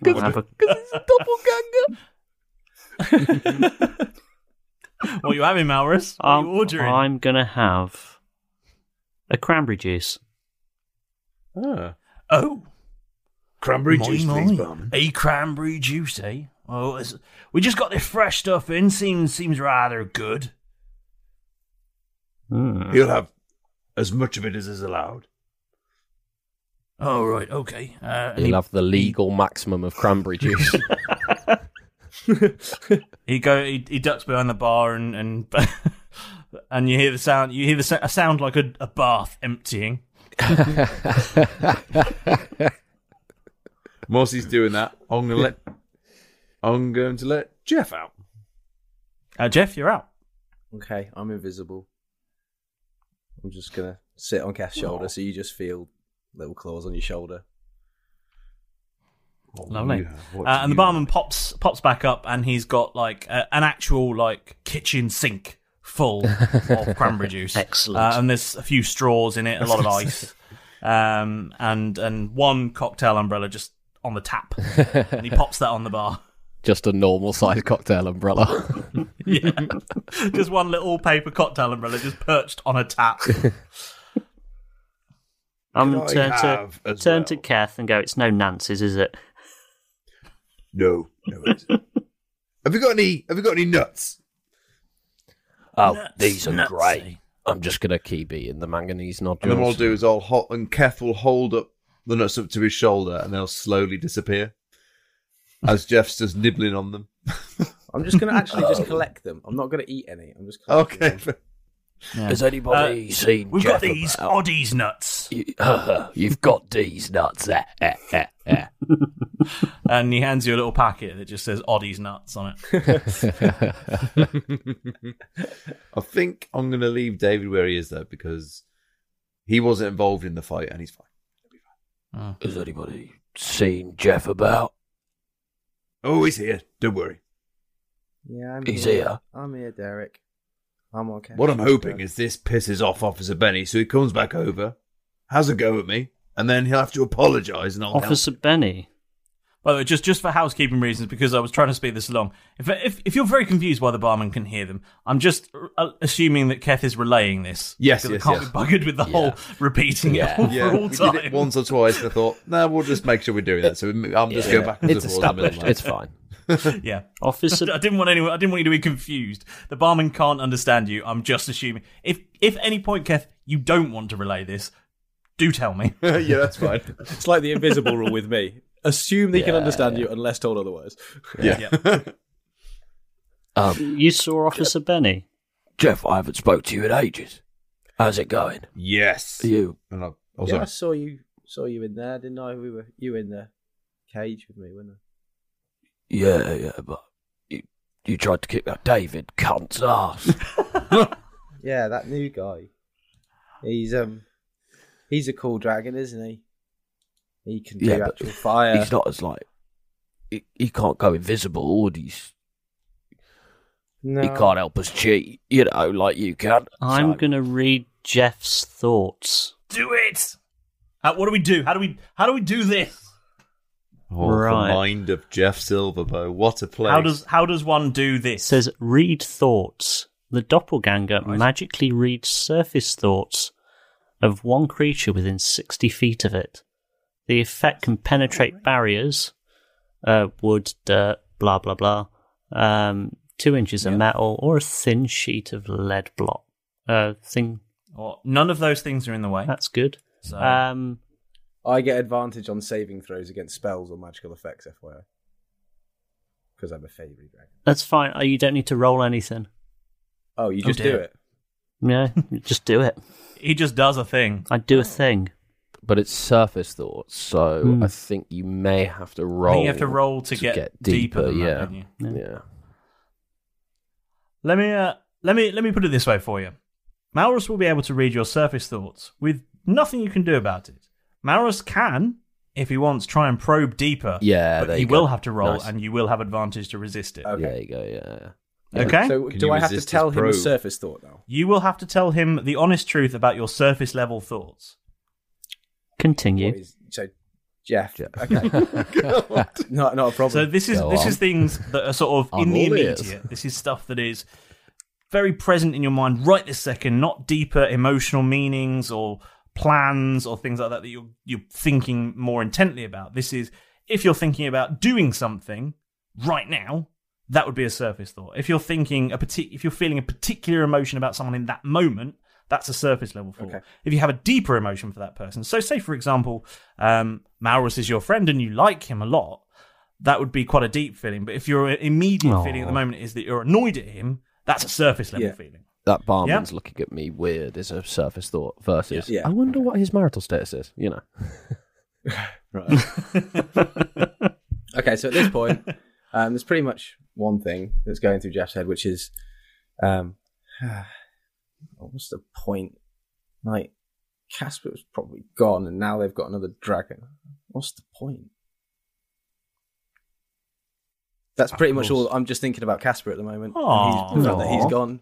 S4: We'll have a-
S1: Oh, What are you having, Maurus? What are you ordering?
S4: Um, I'm gonna have a cranberry juice.
S6: Oh.
S16: Oh.
S3: Cranberry juice, please, barman.
S2: A cranberry juice, eh? Oh, it's, we just got this fresh stuff in. Seems seems rather good.
S3: He'll have as much of it as is allowed.
S2: Oh right, okay. Uh, and
S7: He'll
S2: he-
S7: have the legal maximum of cranberry juice.
S1: he go he, he ducks behind the bar and and and you hear the sound you hear the sa- a sound like a, a bath emptying.
S6: Whilst he's doing that, I'm gonna let I'm going to let Jeff out.
S1: Uh, Jeff, you're out.
S5: Okay, I'm invisible. I'm just gonna sit on Kef's shoulder, so you just feel little claws on your shoulder.
S1: Lovely.
S5: you have?
S1: Uh,
S5: What do
S1: and the
S5: you
S1: barman pops pops back up, and he's got like a, an actual like kitchen sink full of cranberry juice.
S4: Excellent.
S1: Uh, and there's a few straws in it, a lot of ice, um, and and one cocktail umbrella just on the tap, and he pops that on the bar.
S7: Just a normal sized cocktail umbrella.
S1: yeah, just one little paper cocktail umbrella just perched on a tap.
S17: Um,
S4: I'm
S1: Could I
S4: turn to
S1: have
S4: turn
S1: as
S4: to Kath and go. It's no Nancy's, is it?
S3: No, no. It isn't. have you got any? Have you got any nuts?
S7: Oh,
S3: Nuts,
S7: these are
S3: nutsy.
S7: great. I'm just gonna keep eating the manganese nodules.
S6: And then what I'll do is I'll hot and Keth will hold up the nuts up to his shoulder and they'll slowly disappear. As Jeff's just nibbling on them.
S5: I'm just gonna actually
S3: Oh.
S5: just collect them. I'm not gonna eat any. I'm just collecting
S6: Okay.
S5: them.
S17: Has anybody seen?
S5: we've got
S17: Jeff
S5: these
S17: about?
S2: oddies nuts.
S17: You, have got these nuts. Eh, eh, eh, eh.
S1: and he hands you a little packet that just says Oddie's nuts on it.
S6: I think I'm gonna leave David where he is though, because he wasn't involved in the fight and he's fine.
S4: Oh.
S17: Has anybody seen Jeff about?
S3: Oh, he's here. Don't worry.
S5: Yeah, I'm
S3: He's
S5: here.
S3: here.
S5: I'm here, Derek. I'm on Kef's
S3: What I'm
S5: shoulder.
S3: hoping is this pisses off Officer Benny, so he comes back over, has a go at me, and then he'll have to apologise and I'll help.
S4: Officer Benny.
S1: By the way, just just for housekeeping reasons, because I was trying to speed this along. If if, if you're very confused why the barman can hear them, I'm just uh, assuming that Keth is relaying this.
S6: Yes,
S1: because
S6: yes,
S1: I can't
S6: yes.
S1: be buggered with the whole repeating it all for all
S6: we did
S1: time.
S6: it once or twice. And I thought, no, we'll just make sure we're doing that. So we- I'm just
S1: Yeah.
S6: going back and
S1: It's
S6: forth. in the middle of
S1: established.
S6: that.
S1: It's fine. yeah,
S4: officer.
S1: I didn't want anyone. I didn't want you to be confused. The barman can't understand you. I'm just assuming. If if any point, Keth, you don't want to relay this, do tell me.
S6: yeah, that's fine.
S9: It's like the invisible rule with me. Assume they can
S1: Yeah,
S9: understand you unless told otherwise.
S17: Yeah. Um,
S4: you saw Officer Benny.
S17: Jeff, I haven't spoke to you in ages. How's it going?
S3: Yes.
S17: You.
S3: And I,
S5: yeah, I saw you saw you in there, didn't I? We were you in the cage with me, weren't I?
S17: Yeah, yeah, but you, you tried to kick that David cunt's ass.
S5: Yeah, that new guy. He's um he's a cool dragon, isn't he? He can do
S17: yeah, but
S5: actual fire.
S17: he's not as like he, he can't go invisible. And he's he
S5: No.
S17: can't help us cheat. You know, like you can.
S4: I'm gonna read Jeff's thoughts.
S1: Do it. How, what do we do? How do we how do we do this?
S6: Oh,
S4: Right.
S6: The mind of Jeff Silverbow. What a place.
S1: How does how does one do
S4: It
S1: this?
S4: says read thoughts. The doppelganger magically reads surface thoughts of one creature within 60 feet of it. The effect can penetrate barriers, uh, wood, dirt, blah, blah, blah, um, two inches of metal, or a thin sheet of lead block. Uh, thing.
S1: Well, none of those things are in the way.
S4: That's good.
S1: So-
S4: Um,
S5: I get advantage on saving throws against spells or magical effects, FYI. Because I'm a favourite dragon.
S4: that's fine. Uh, You don't need to roll anything.
S5: Oh, you
S4: Oh,
S5: just do
S4: dear.
S5: it.
S4: Yeah, just do it.
S1: He just does a thing.
S4: I do a thing.
S7: But it's surface thoughts, so
S4: Hmm.
S7: I think you may have to
S1: I
S7: roll.
S1: think you have to roll to, get, deeper. than
S7: yeah.
S1: that, don't you?
S7: yeah.
S1: Let me uh, let me let me put it this way for you. Malrus will be able to read your surface thoughts with nothing you can do about it. Malrus can, if he wants, try and probe deeper.
S7: Yeah,
S1: but
S7: there
S1: he
S7: you
S1: will
S7: go.
S1: have to roll,
S7: Nice.
S1: and you will have advantage to resist it.
S7: There you go. Yeah.
S1: Okay.
S5: So
S1: Can
S5: do
S1: you
S5: I have to
S1: resist his
S5: tell him a
S1: probe?
S5: surface thought now?
S1: You will have to tell him the honest truth about your surface level thoughts.
S4: Continue.
S5: So Jeff. Okay. not not a problem.
S1: So this is this is things that are sort of in
S5: I'm
S1: the
S5: all
S1: immediate.
S5: ears.
S1: This is stuff that is very present in your mind right this second, not deeper emotional meanings or plans or things like that that you're you're thinking more intently about. This is if you're thinking about doing something right now, that would be a surface thought. If you're thinking a partic- if you're feeling a particular emotion about someone in that moment, that's a surface level thought. If you have a deeper emotion for that person, so say for example, um, Maurus is your friend and you like him a lot, that would be quite a deep feeling. But if your immediate feeling at the
S11: Aw.
S1: moment is that you're annoyed at him, that's a surface level
S7: Yeah.
S1: feeling.
S7: That barman's looking at me weird is a surface thought versus I wonder what his marital status is, you know.
S5: Right. okay, so at this point, um, there's pretty much one thing that's going through Jeff's head, which is, um, what's the point? Like, Casper was probably gone, and now they've got another dragon. What's the point? That's
S9: Of
S5: pretty much
S9: course.
S5: all. I'm just thinking about Casper at the moment.
S9: Aw.
S5: and he's, the fact that he's
S9: Aw.
S5: gone,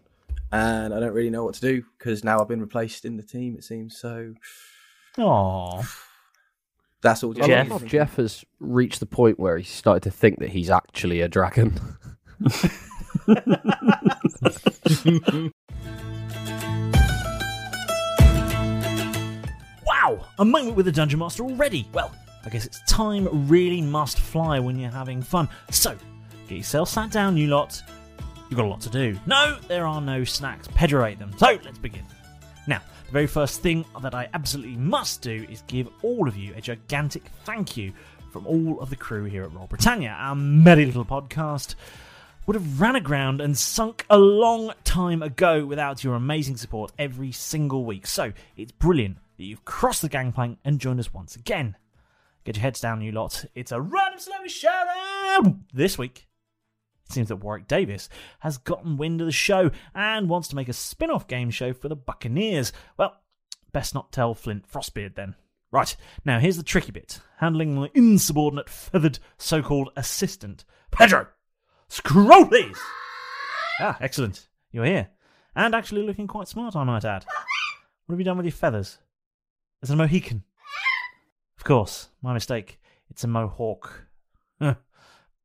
S5: and I don't really know what to do because now I've been replaced in the team. It seems so.
S1: Aww.
S5: That's all.
S7: Jeff,
S5: Jeff.
S7: Jeff has reached the point where he started to think that he's actually a dragon.
S1: Wow, a moment with the Dungeon Master already. Well, I guess it's time really must fly when you're having fun. So, get yourself sat down, you lot. You've got a lot to do. No, there are no snacks. Pedro ate them. So, let's begin. Now, the very first thing that I absolutely must do is give all of you a gigantic thank you from all of the crew here at Royal Britannia, our merry little podcast would have ran aground and sunk a long time ago without your amazing support every single week. So it's brilliant that you've crossed the gangplank and joined us once again. Get your heads down, you lot. It's a random celebrity shout out this week. It seems that Warwick Davis has gotten wind of the show and wants to make a spin off game show for the Buccaneers. Well, best not tell Flint Frostbeard then. Right, now here's the tricky bit handling the insubordinate, feathered, so called assistant. Pedro! Scroll, please! Ah, excellent. You're here. And actually looking quite smart, I might add. What have you done with your feathers? It's a Mohican. Of course, my mistake. It's a Mohawk. Huh,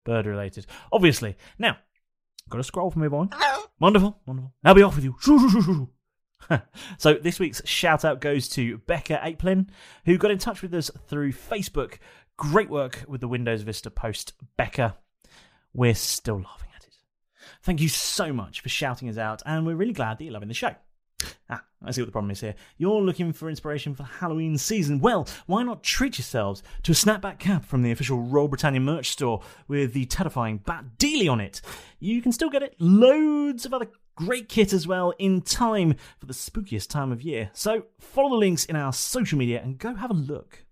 S1: Bird related. Obviously. Now, got a scroll for me, boy. Wonderful, wonderful. Now be off with you. Shoo, shoo, shoo, shoo, shoo. so this week's shout out goes to Becca Aplin, who got in touch with us through Facebook. Great work with the Windows Vista post, Becca. We're still laughing at it. Thank you so much for shouting us out, and we're really glad that you're loving the show. Ah, I see what the problem is here. You're looking for inspiration for Halloween season. Well, why not treat yourselves to a snapback cap from the official Royal Britannia merch store with the terrifying bat dealie on it? You can still get it. Loads of other great kit as well in time for the spookiest time of year. So follow the links in our social media and go have a look.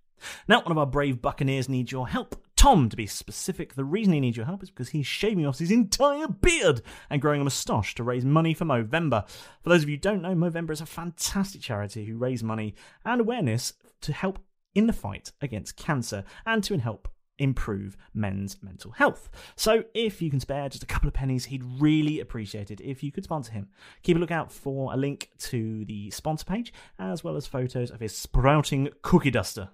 S1: Now, one of our brave Buccaneers needs your help. Tom, to be specific, the reason he needs your help is because he's shaving off his entire beard and growing a moustache to raise money for Movember. For those of you who don't know, Movember is a fantastic charity who raise money and awareness to help in the fight against cancer and to help improve men's mental health. So if you can spare just a couple of pennies, he'd really appreciate it if you could sponsor him. Keep a lookout for a link to the sponsor page as well as photos of his sprouting cookie duster.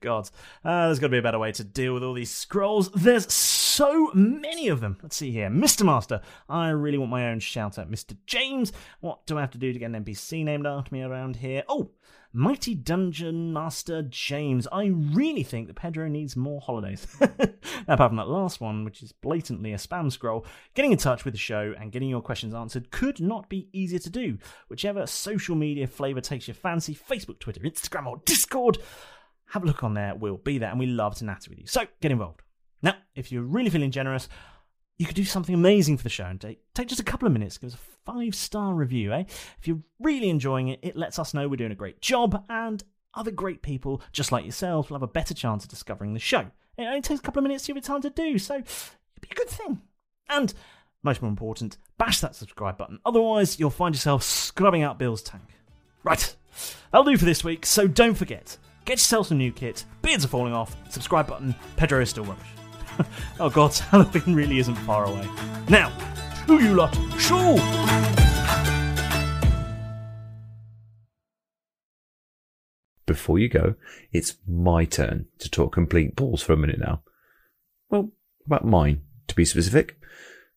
S1: God, uh, there's got to be a better way to deal with all these scrolls. There's so many of them. Let's see here. Mr. Master, I really want my own shout out. Mr. James, what do I have to do to get an NPC named after me around here? Oh, Mighty Dungeon Master James, I really think that Pedro needs more holidays. Now, apart from that last one, which is blatantly a spam scroll, getting in touch with the show and getting your questions answered could not be easier to do. Whichever social media flavour takes your fancy Facebook, Twitter, Instagram, or Discord have a look on there. We'll be there, and we love to natter with you. So get involved. Now, if you're really feeling generous, you could do something amazing for the show and take, take just a couple of minutes. Give us a five star review, eh? If you're really enjoying it, it lets us know we're doing a great job, and other great people, just like yourselves, will have a better chance of discovering the show. It only takes a couple of minutes of your time to do, so it'd be a good thing. And most more important, bash that subscribe button. Otherwise, you'll find yourself scrubbing out Bill's tank. Right, that'll do for this week. So don't forget, get yourself some new kit. Beards are falling off. Subscribe button. Pedro is still rubbish. oh God, Halloween really isn't far away. Now, shoo you lot, shoo!
S6: Before you go, it's my turn to talk complete balls for a minute now. Well, about mine, to be specific.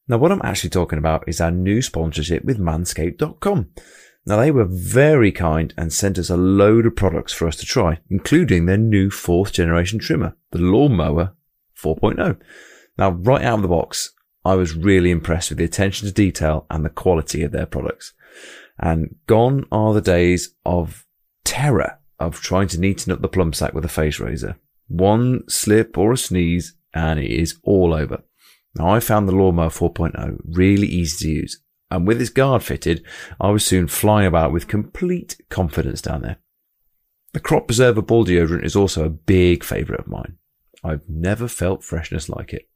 S6: Now, what I'm actually talking about is our new sponsorship with manscaped.com.
S3: Now, they were very kind and sent us a load of products for us to try, including their new fourth generation trimmer, the Lawnmower 4.0. Now, right out of the box, I was really impressed with the attention to detail and the quality of their products. And gone are the days of terror of trying to neaten up the plum sack with a face razor. One slip or a sneeze, and it is all over. Now, I found the Lawnmower 4.0 really easy to use, and with its guard fitted, I was soon flying about with complete confidence down there. The Crop Preserver ball deodorant is also a big favourite of mine. I've never felt freshness like it.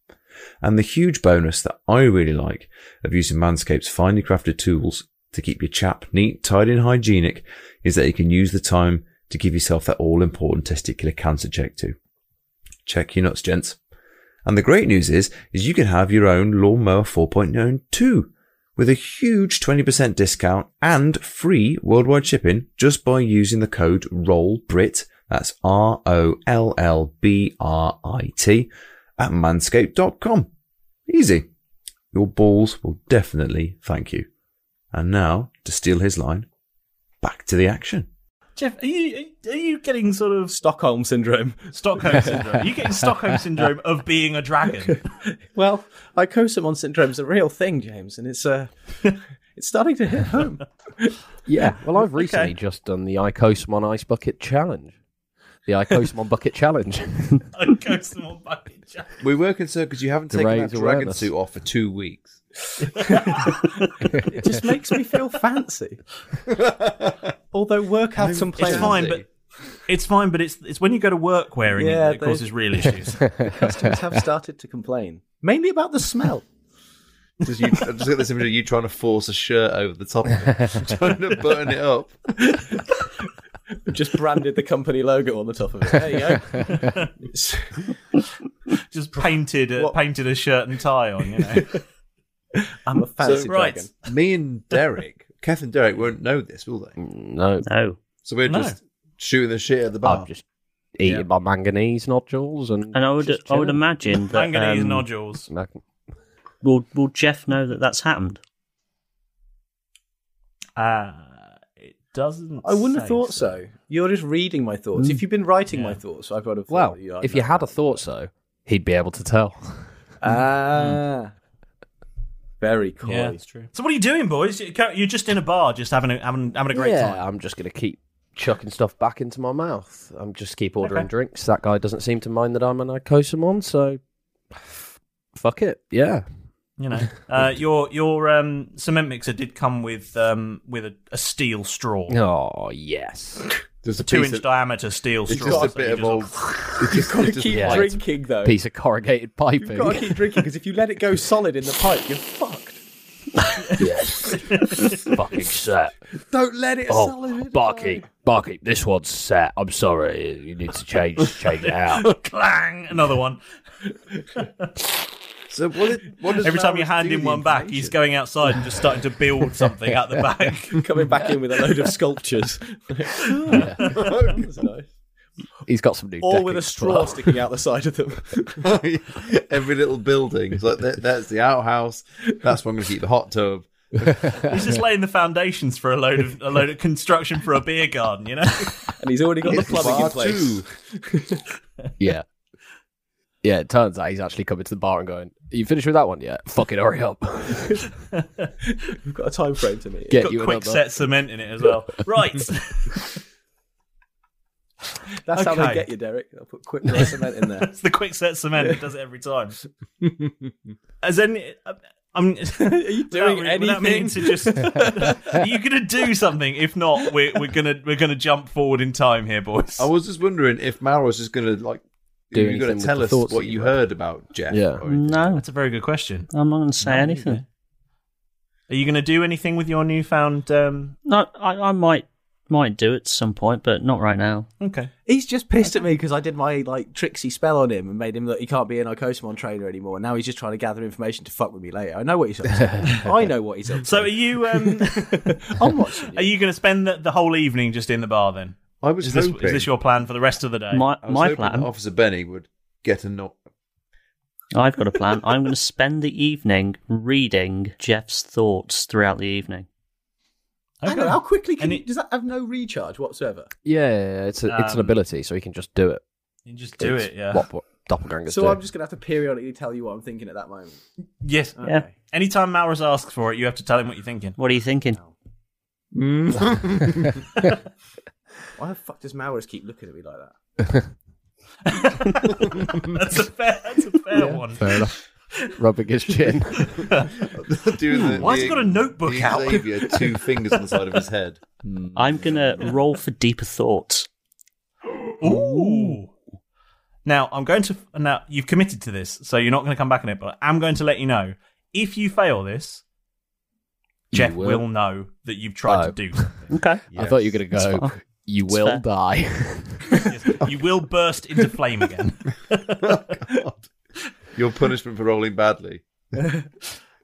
S3: And the huge bonus that I really like of using Manscaped's finely crafted tools to keep your chap neat, tidy and hygienic is that you can use the time to give yourself that all important testicular cancer check too. Check your nuts, gents. And the great news is, is you can have your own lawnmower 4.0 too, with a huge 20% discount and free worldwide shipping just by using the code ROLLBRIT, that's R-O-L-L-B-R-I-T, at manscaped.com. Easy. Your balls will definitely thank you. And now, to steal his line, back to the action.
S1: Jeff, are you are you getting sort of
S9: Stockholm syndrome?
S1: Stockholm syndrome. Are you getting Stockholm syndrome of being a dragon?
S5: well, Icosomon syndrome's a real thing, James, and it's uh, it's starting to hit home.
S7: Yeah. Well, I've recently
S5: Okay.
S7: just done the Icosmon Ice Bucket Challenge. The Icosmon Bucket Challenge.
S3: We were concerned because you haven't
S7: To
S3: taken that
S7: raise
S3: dragon
S7: awareness.
S3: suit off for two weeks.
S5: it just makes me feel fancy. Although work had some plans.
S1: It's fine, but it's fine, but it's it's when you go to work wearing it that
S5: they-
S1: causes real issues.
S5: Customers have started to complain, mainly about the smell.
S3: Just you, I just got this image of you trying to force a shirt over the top of it, trying to button it up.
S5: Just branded the company logo on the top of it. There you go.
S1: Just painted a, painted a shirt and tie on. You know,
S5: I'm a
S1: fancy dragon.
S3: Me and Derek, Kath and Derek won't know this, will they?
S7: no.
S4: No.
S3: So we're
S4: No.
S3: just shooting the shit at the bar.
S7: I'm just eating my manganese nodules and.
S4: And I would
S7: just
S4: I would
S7: chilling.
S4: imagine that
S1: Manganese
S4: um,
S1: nodules.
S7: Mag-
S4: Will Will Jeff know that that's happened?
S1: uh, it doesn't.
S5: I wouldn't have
S1: say
S5: thought so. You're just reading my thoughts. If you've been writing my thoughts, I would have. Mm. Well, thought you
S7: If you had a thought so, he'd be able to tell.
S5: ah, very cool.
S1: Yeah, that's true. So what are you doing, boys? You can't- You're just in a bar, just having a, having having a great
S7: yeah,
S1: time.
S7: I'm just going to keep chucking stuff back into my mouth. I'm just keep ordering
S1: Okay.
S7: drinks. That guy doesn't seem to mind that I'm an Icosamon, so fuck it. Yeah.
S1: You know, uh, your your um, cement mixer did come with um, with a, a steel straw.
S7: Oh yes,
S3: There's
S1: a
S3: a
S1: two
S3: piece
S1: inch
S3: of-
S1: diameter steel
S3: it's
S1: straw.
S3: just a
S1: that
S3: bit
S1: you
S3: of
S1: just-
S3: old. It's just,
S5: You've got
S3: it's
S5: to
S3: just
S5: keep
S3: white.
S5: drinking though.
S7: Piece of corrugated piping.
S5: You've got to keep drinking because if you let it go solid in the pipe, you're fucked.
S17: Yes. Fucking set.
S5: Don't let it
S17: Oh,
S5: solid.
S17: Barkeep, Barkeep, this one's set. I'm sorry. You need to change change it out.
S1: Clang! Another one.
S3: So what? Is, what does
S1: Every time you
S3: Flowers
S1: hand
S3: do
S1: him
S3: the
S1: one back, he's going outside and just starting to build something out the back.
S5: Coming back in with a load of sculptures. That was nice.
S7: He's got some new.
S5: Or with a
S7: decking
S5: straw
S7: as well.
S5: sticking out the side of them.
S3: Every little building. It's like that, that's the outhouse. That's where I'm going to keep the hot tub.
S1: He's just laying the foundations for a load of a load of construction for a beer garden. You know,
S5: And he's already got the plumbing in
S3: Bar
S5: place.
S3: two.
S7: Yeah. Yeah, it turns out he's actually coming to the bar and going, Are you finished with that one yet? Fucking hurry up.
S5: We've got a time frame to meet.
S7: Get
S1: got
S7: you
S1: quick
S7: another.
S1: set cement in it as well. Right.
S5: That's how
S1: Okay.
S5: they get you, Derek. They'll put quick dry cement in there.
S1: It's the quick set cement. It does it every time. As any, uh, I'm. Are
S5: you
S1: doing
S5: anything?
S1: to just, are you going to do something? If not, we're we're gonna we're gonna jump forward in time here, boys.
S3: I was just wondering if Mara was just going to like.
S7: Do
S3: you
S7: anything
S3: going
S7: with
S3: to tell
S7: the
S3: us
S7: thoughts
S3: what
S7: that
S3: you
S7: you
S3: heard about Jeff?
S7: Yeah.
S3: or-
S4: No,
S1: That's a very good question.
S4: I'm not going to say
S1: No,
S4: anything.
S1: Are you going to do anything with your newfound? Um,
S4: No, I, I might might do it at some point, but not right now.
S1: okay.
S5: He's just pissed at me because I did my like tricksy spell on him and made him look he can't be an Icosamon trainer anymore. Now he's just trying to gather information to fuck with me later. I know what he's up to. I know what he's up to.
S1: So are you? Um,
S5: I'm watching.
S1: are you going to spend the, the whole evening just in the bar then?
S3: I was
S1: Is this,
S3: hoping-
S1: is this your plan for the rest of the day?
S4: My
S3: I was
S4: my
S3: hoping that
S4: plan.
S3: Officer Benny would get a knock.
S4: I've got a plan. I'm going to spend the evening reading Jeff's thoughts throughout the evening.
S5: Hang on, how quickly can it, does that have no recharge whatsoever?
S7: Yeah, yeah, yeah, it's a, it's an
S5: Um,
S7: ability, so he can just do it.
S1: You can just
S5: do it, yeah.
S7: What, what doppelgangers
S5: So
S7: do.
S5: I'm just gonna have to periodically tell you what I'm thinking at that moment.
S1: Yes.
S5: Okay. Yeah.
S1: Anytime Maurus asks for it, you have to tell him what you're thinking. Mm.
S4: What are you thinking?
S5: Why the fuck does Maurus keep looking at me like that?
S1: that's a fair. That's a fair
S7: Yeah,
S1: one.
S7: Fair enough. Rubbing his chin.
S6: Doing the-
S1: Why's he
S6: the-
S1: got a notebook
S6: the
S1: out?
S6: Xavier, two fingers on the side of his head. Hmm.
S4: I'm gonna roll for deeper thoughts.
S1: Ooh. Now I'm going to. Now you've committed to this, so you're not going to come back on it. But I'm going to let you know if you fail this, Jeff will.
S7: will. Oh.
S1: know that you've tried to do something.
S4: Okay.
S7: I thought you were going
S1: It's
S7: to go,
S1: fine.
S7: you
S1: It's
S7: will
S1: fair.
S7: die.
S1: you will burst into flame again.
S3: Oh,
S6: Your punishment for rolling badly. The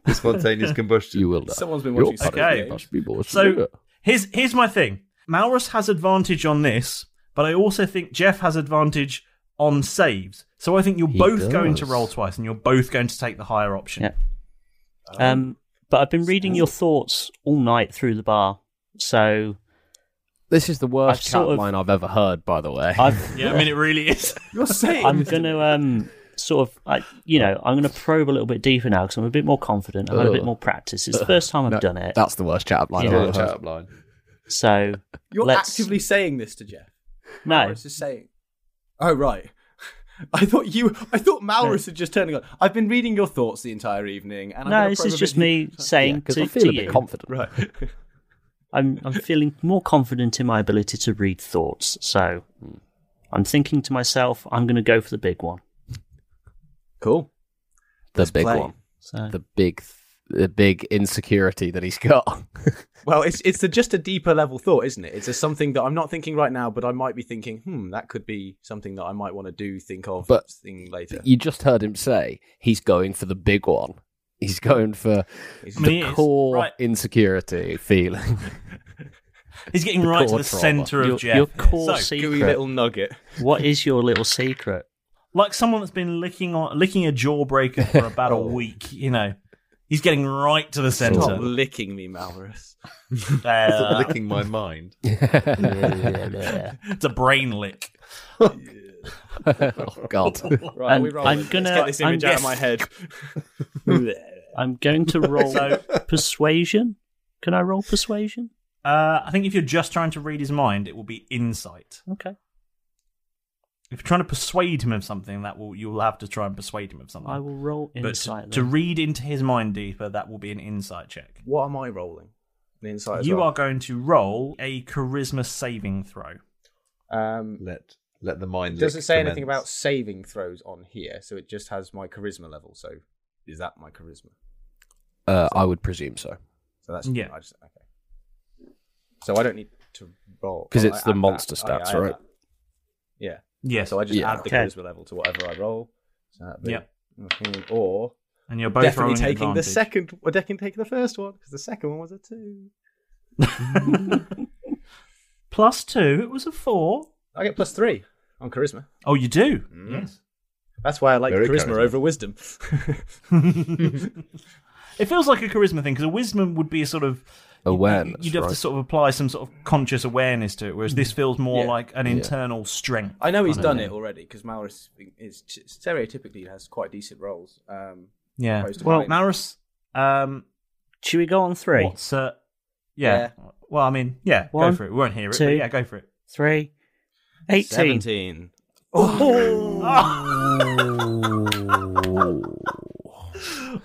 S6: spontaneous combustion. You will.
S5: Someone's been
S1: watching Scott Okay. Pilgrim. So here's here's my thing. Malrus has advantage on this, but I also think Jeff has advantage on saves. So I think you're
S4: He
S1: both going to
S4: does.
S1: roll twice, and you're both going to take the higher option.
S4: Yeah. Um, but I've been reading your thoughts all night through the bar, so
S7: this is the worst
S4: sort
S7: cat
S4: of-
S7: line I've ever heard, by the way.
S4: I've,
S1: Yeah, I mean it really is.
S5: You're saying
S4: I'm going to um sort of I, you know I'm going to probe a little bit deeper now because I'm a bit more confident. I've had a bit
S7: Ugh.
S4: more practice. It's the
S7: Ugh.
S4: first time I've
S7: No,
S4: done it.
S7: That's the worst chat up line
S4: Yeah.
S7: I've ever
S4: Chat
S7: heard.
S4: up line. So
S5: You're
S4: let's
S5: actively saying this to Jeff.
S4: No.
S5: Maurus is saying. Oh right. I thought you. I thought Maurus had just turned on. I've been reading your thoughts the entire evening, and I'm
S4: no.
S5: gonna
S4: This
S5: probe
S4: is
S5: a
S4: just
S5: bit
S4: me
S5: deeper.
S4: saying to, to you.
S5: Right.
S4: I'm I'm feeling more confident in my ability to read thoughts. So I'm thinking to myself, I'm going to go for the big one.
S5: Cool.
S7: The big
S5: play.
S7: one.
S4: So-
S7: The big the big insecurity that he's got.
S5: Well, it's it's a, just a deeper level thought, isn't it? It's a something that I'm not thinking right now, but I might be thinking, hmm, that could be something that I might want to do, think of,
S7: But-
S5: thing later.
S7: you just heard him say he's going for the big one. He's going for
S5: He's-
S1: I mean, he
S7: the
S1: is,
S7: core
S1: right.
S7: insecurity feeling.
S1: He's getting right to
S7: core
S1: the
S7: trauma.
S1: centre of
S4: Your,
S1: Jeff.
S4: your core
S1: So-
S4: secret.
S5: nugget.
S4: What is your little secret?
S1: like someone that's been licking on licking a jawbreaker for about a
S4: Oh.
S1: week. You know, he's getting right to the
S5: Stop
S1: centre.
S5: licking me, Malrus.
S1: Uh,
S6: licking my mind.
S1: it's a brain lick.
S7: oh God!
S5: Right,
S4: And
S5: we roll.
S4: I'm
S5: Let's
S4: gonna-
S5: get this
S4: I'm-
S5: image out
S4: yes.
S5: of my head.
S4: I'm going to roll
S1: So-
S4: persuasion. Can I roll persuasion?
S1: Uh, I think if you're just trying to read his mind, it will be insight.
S4: Okay.
S1: If you're trying to persuade him of something, that will you will have to try and persuade him of something.
S4: I
S5: Mm.
S4: will roll
S1: But
S4: insight.
S1: to,
S4: then.
S1: to read into his mind deeper, that will be an insight check.
S5: What am I rolling? An insight. As
S1: you
S5: well.
S1: are going to roll a charisma saving throw.
S5: Um,
S6: let let the mind.
S5: It doesn't
S6: lick
S5: say anything
S6: commence.
S5: about saving throws on here, so it just has my charisma level. So is that my charisma?
S7: Uh, I would presume so
S5: So that's
S1: Yeah.
S5: I just, okay. So I don't need to roll
S7: because
S5: oh,
S7: it's
S5: I
S7: the
S5: add
S7: monster
S5: that. Oh, yeah, I
S7: stats,
S5: add
S7: right?
S5: that. Yeah.
S1: Yeah.
S5: So I just
S7: Yeah.
S5: add the
S7: Okay.
S5: charisma level to whatever I roll. So that'd be,
S1: Yep.
S5: Mhm, Or
S1: And you're both
S5: definitely
S1: rolling
S5: taking the
S1: advantage.
S5: second. Or definitely taking the first one because the second one was a two.
S1: Plus two, it was a four.
S5: I get plus three on charisma.
S1: Oh, you do?
S4: Mm.
S1: Yes.
S5: That's why I like
S1: Very
S5: charisma
S1: charismatic.
S5: over wisdom.
S1: It feels like a charisma thing because a wisdom would be a sort of
S7: Awareness,
S1: You'd have to
S7: right?
S1: sort of apply some sort of conscious awareness to it, whereas this feels more
S5: Mm. Yeah.
S1: like an
S5: Yeah.
S1: internal strength.
S5: I know he's
S1: kind of
S5: done
S1: thing.
S5: it already because Maurus is stereotypically has quite decent roles. Um,
S1: Yeah.
S5: opposed to
S1: Well,
S5: mine.
S1: Maris. Um,
S4: Should we go on three?
S1: what's, uh, yeah. Well, I mean, yeah.
S4: One,
S1: go for it. We won't hear it.
S4: two,
S1: but yeah, go for it.
S4: Three. 18.
S5: 17.
S4: Oh.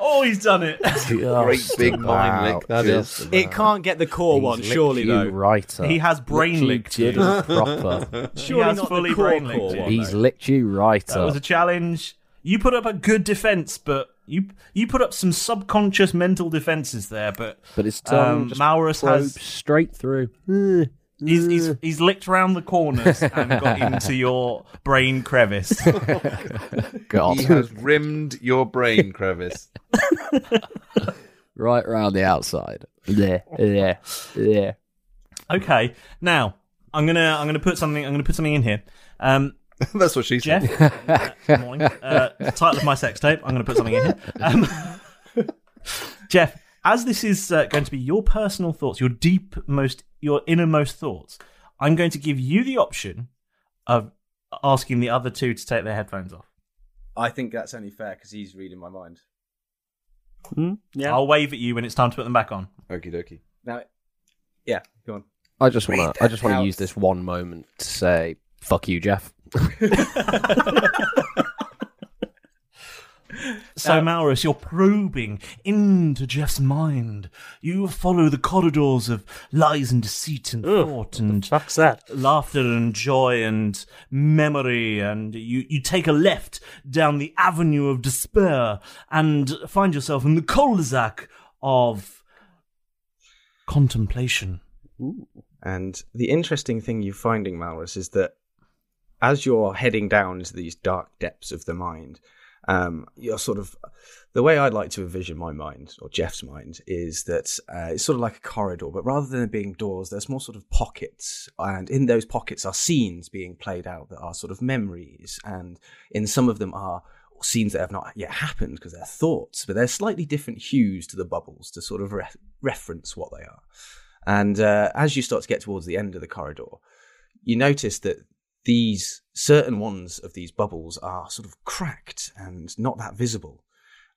S1: Oh, he's done it.
S6: Great big mind lick. That
S7: just
S6: is.
S5: It can't get the core
S7: He's
S5: one,
S7: licked
S5: surely
S7: you
S5: though.
S7: right up.
S1: He has brain
S7: Licked you
S1: licked
S7: good
S1: you.
S7: and proper.
S1: he
S5: Surely
S1: has
S5: not the
S1: fully
S5: core
S1: brain
S5: core
S1: licked you.
S5: one.
S7: He's licked you right
S1: That
S7: up.
S1: was a challenge. You put up a good defense, but you you put up some subconscious mental defenses there. But
S7: but it's done.
S1: um,
S7: just
S1: Maurus has
S7: probe straight through.
S1: He's, he's, he's licked round the corners and got into your brain crevice.
S7: God.
S6: He has rimmed your brain crevice.
S7: right round the outside. Yeah, yeah, yeah.
S1: Okay, now I'm gonna I'm gonna put something I'm gonna put something in here. Um,
S6: That's what she
S1: Jeff, said. Jeff, morning. Uh, title of my sex tape. I'm gonna put something in here. Um, Jeff, as this is uh, going to be your personal thoughts, your deep most, your innermost thoughts, I'm going to give you the option of asking the other two to take their headphones off.
S5: I think that's only fair because he's reading my mind.
S1: yeah. I'll wave at you when it's time to put them back on.
S6: Okie dokie.
S5: Now, yeah, go on.
S7: I just
S5: Read
S7: want to. I
S5: that
S7: just want
S5: out.
S7: to use this one moment to say, "Fuck you, Jeff."
S1: So, Malrus, you're probing into Jeff's mind. You follow the corridors of lies and deceit and thought and laughter and joy and memory, and you, you take a left down the avenue of despair and find yourself in the cul-de-sac of contemplation.
S5: And the interesting thing you're finding, Malrus, is that as you're heading down into these dark depths of the mind, um, you're sort of the way I'd like to envision my mind or Jeff's mind is that uh, it's sort of like a corridor, but rather than it being doors, there's more sort of pockets, and in those pockets are scenes being played out that are sort of memories, and in some of them are scenes that have not yet happened because they're thoughts, but they're slightly different hues to the bubbles to sort of re- reference what they are. And uh, as you start to get towards the end of the corridor, you notice that these certain ones of these bubbles are sort of cracked and not that visible.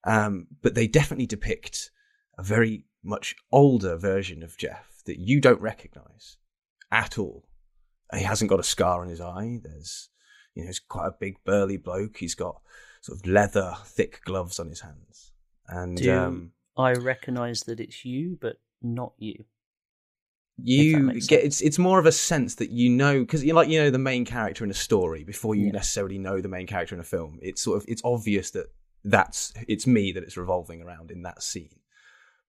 S5: Um, but they definitely depict a very much older version of Jeff that you don't recognize at all. He hasn't got a scar on his eye. There's, you know, he's quite a big burly bloke. He's got sort of leather, thick gloves on his hands. And
S4: Do
S5: um,
S4: I recognise that it's you, but not you?
S5: you get it's it's more of a sense that you know because you like you know the main character in a story before you necessarily know the main character in a film it's sort of it's obvious that that's it's me that it's revolving around in that scene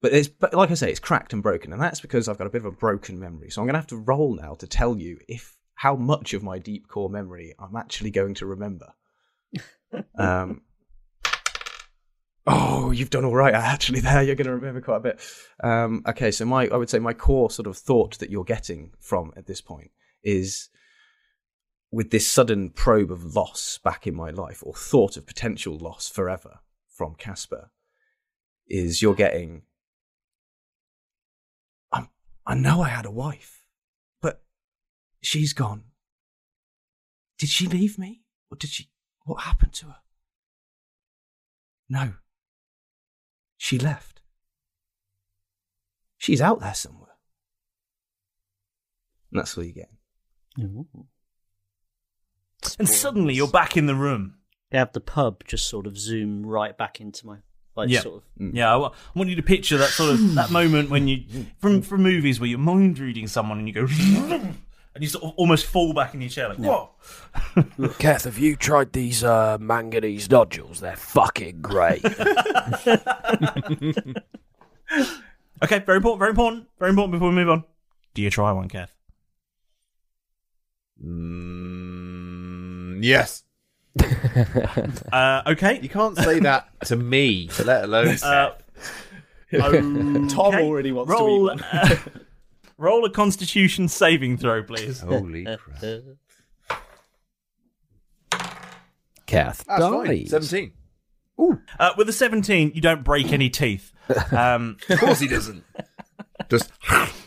S5: but it's but like i say it's cracked and broken and that's because i've got a bit of a broken memory so i'm going to have to roll now to tell you if how much of my deep core memory i'm actually going to remember um Oh, you've done all right actually. There, you're going to remember quite a bit. Um, okay, so my I would say my core sort of thought that you're getting from at this point is with this sudden probe of loss back in my life, or thought of potential loss forever from Casper, is you're getting. i I know I had a wife, but she's gone. Did she leave me, or did she? What happened to her? No. She left. She's out there somewhere. And that's all you get.
S1: And suddenly you're back in the room.
S4: They have the pub just sort of zoom right back into my like
S1: yeah.
S4: sort of hmm.
S1: Yeah, I wa- I want you to picture that sort of that moment when you from from movies where you're mind reading someone and you go and you sort of almost fall back in your chair like whoa.
S11: Kath, have you tried these uh, manganese nodules? They're fucking great.
S1: Okay, very important, very important, very important before we move on. Do you try one, Kath?
S6: Mm, yes.
S1: uh, okay.
S3: You can't say that to me, let alone.
S1: Uh, um, Tom
S9: Oh, already wants to eat
S1: roll,
S9: one.
S1: uh, roll a Constitution saving throw, please.
S3: Holy
S1: crap!
S7: Kath
S1: That's fine.
S7: dies.
S3: Seventeen.
S1: Uh, with a seventeen, you don't break any teeth. Um,
S3: of course he doesn't.
S6: Just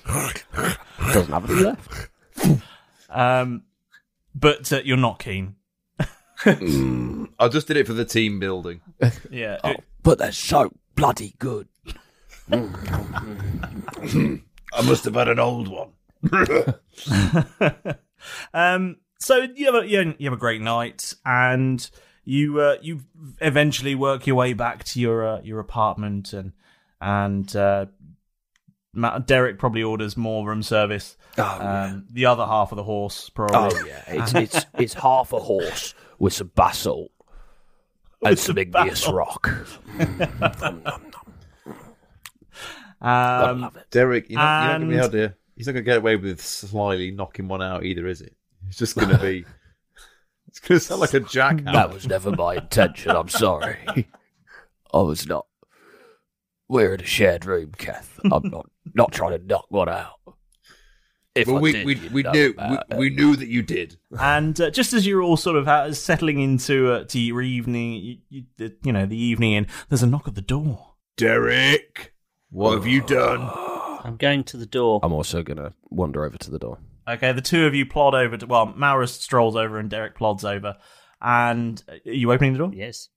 S7: doesn't have any left.
S1: Um, but uh, you're not keen.
S3: I just did it for the team building.
S1: Yeah.
S17: Oh,
S11: Oh, but they're so bloody good.
S6: I must have had an old one.
S1: Um, so you have a you have- you have a great night, and you uh, you eventually work your way back to your uh, your apartment, and and uh, Ma- Derek probably orders more room service. Oh, The other half of the horse, probably.
S11: Oh yeah, it's it's it's half a horse with some basalt and some igneous
S1: basalt.
S11: rock.
S1: Um,
S3: Derek, you're not, you're not gonna be
S1: and-
S3: able to. He's not gonna get away with slyly knocking one out either, is it? It's just gonna be. it's gonna sound like a jackhammer.
S11: That was never my intention. I'm sorry. I was not. We're in a shared room, Kath. I'm not not trying to knock one out. If
S6: Well,
S11: I
S6: we-
S11: did,
S6: we-
S11: you'd
S6: we
S11: know
S6: knew-
S11: about
S6: we- we
S11: it.
S6: knew that you did.
S1: and uh, just as you're all sort of uh, settling into uh, to your evening, you, you, the, you know the evening, and there's a knock at the door.
S6: Derek.
S2: What have you done?
S4: I'm going to the door.
S7: I'm also going to wander over to the door.
S18: Okay, the two of you plod over to. Well, Maurus strolls over and Derek plods over. And uh, are you opening the door?
S4: Yes.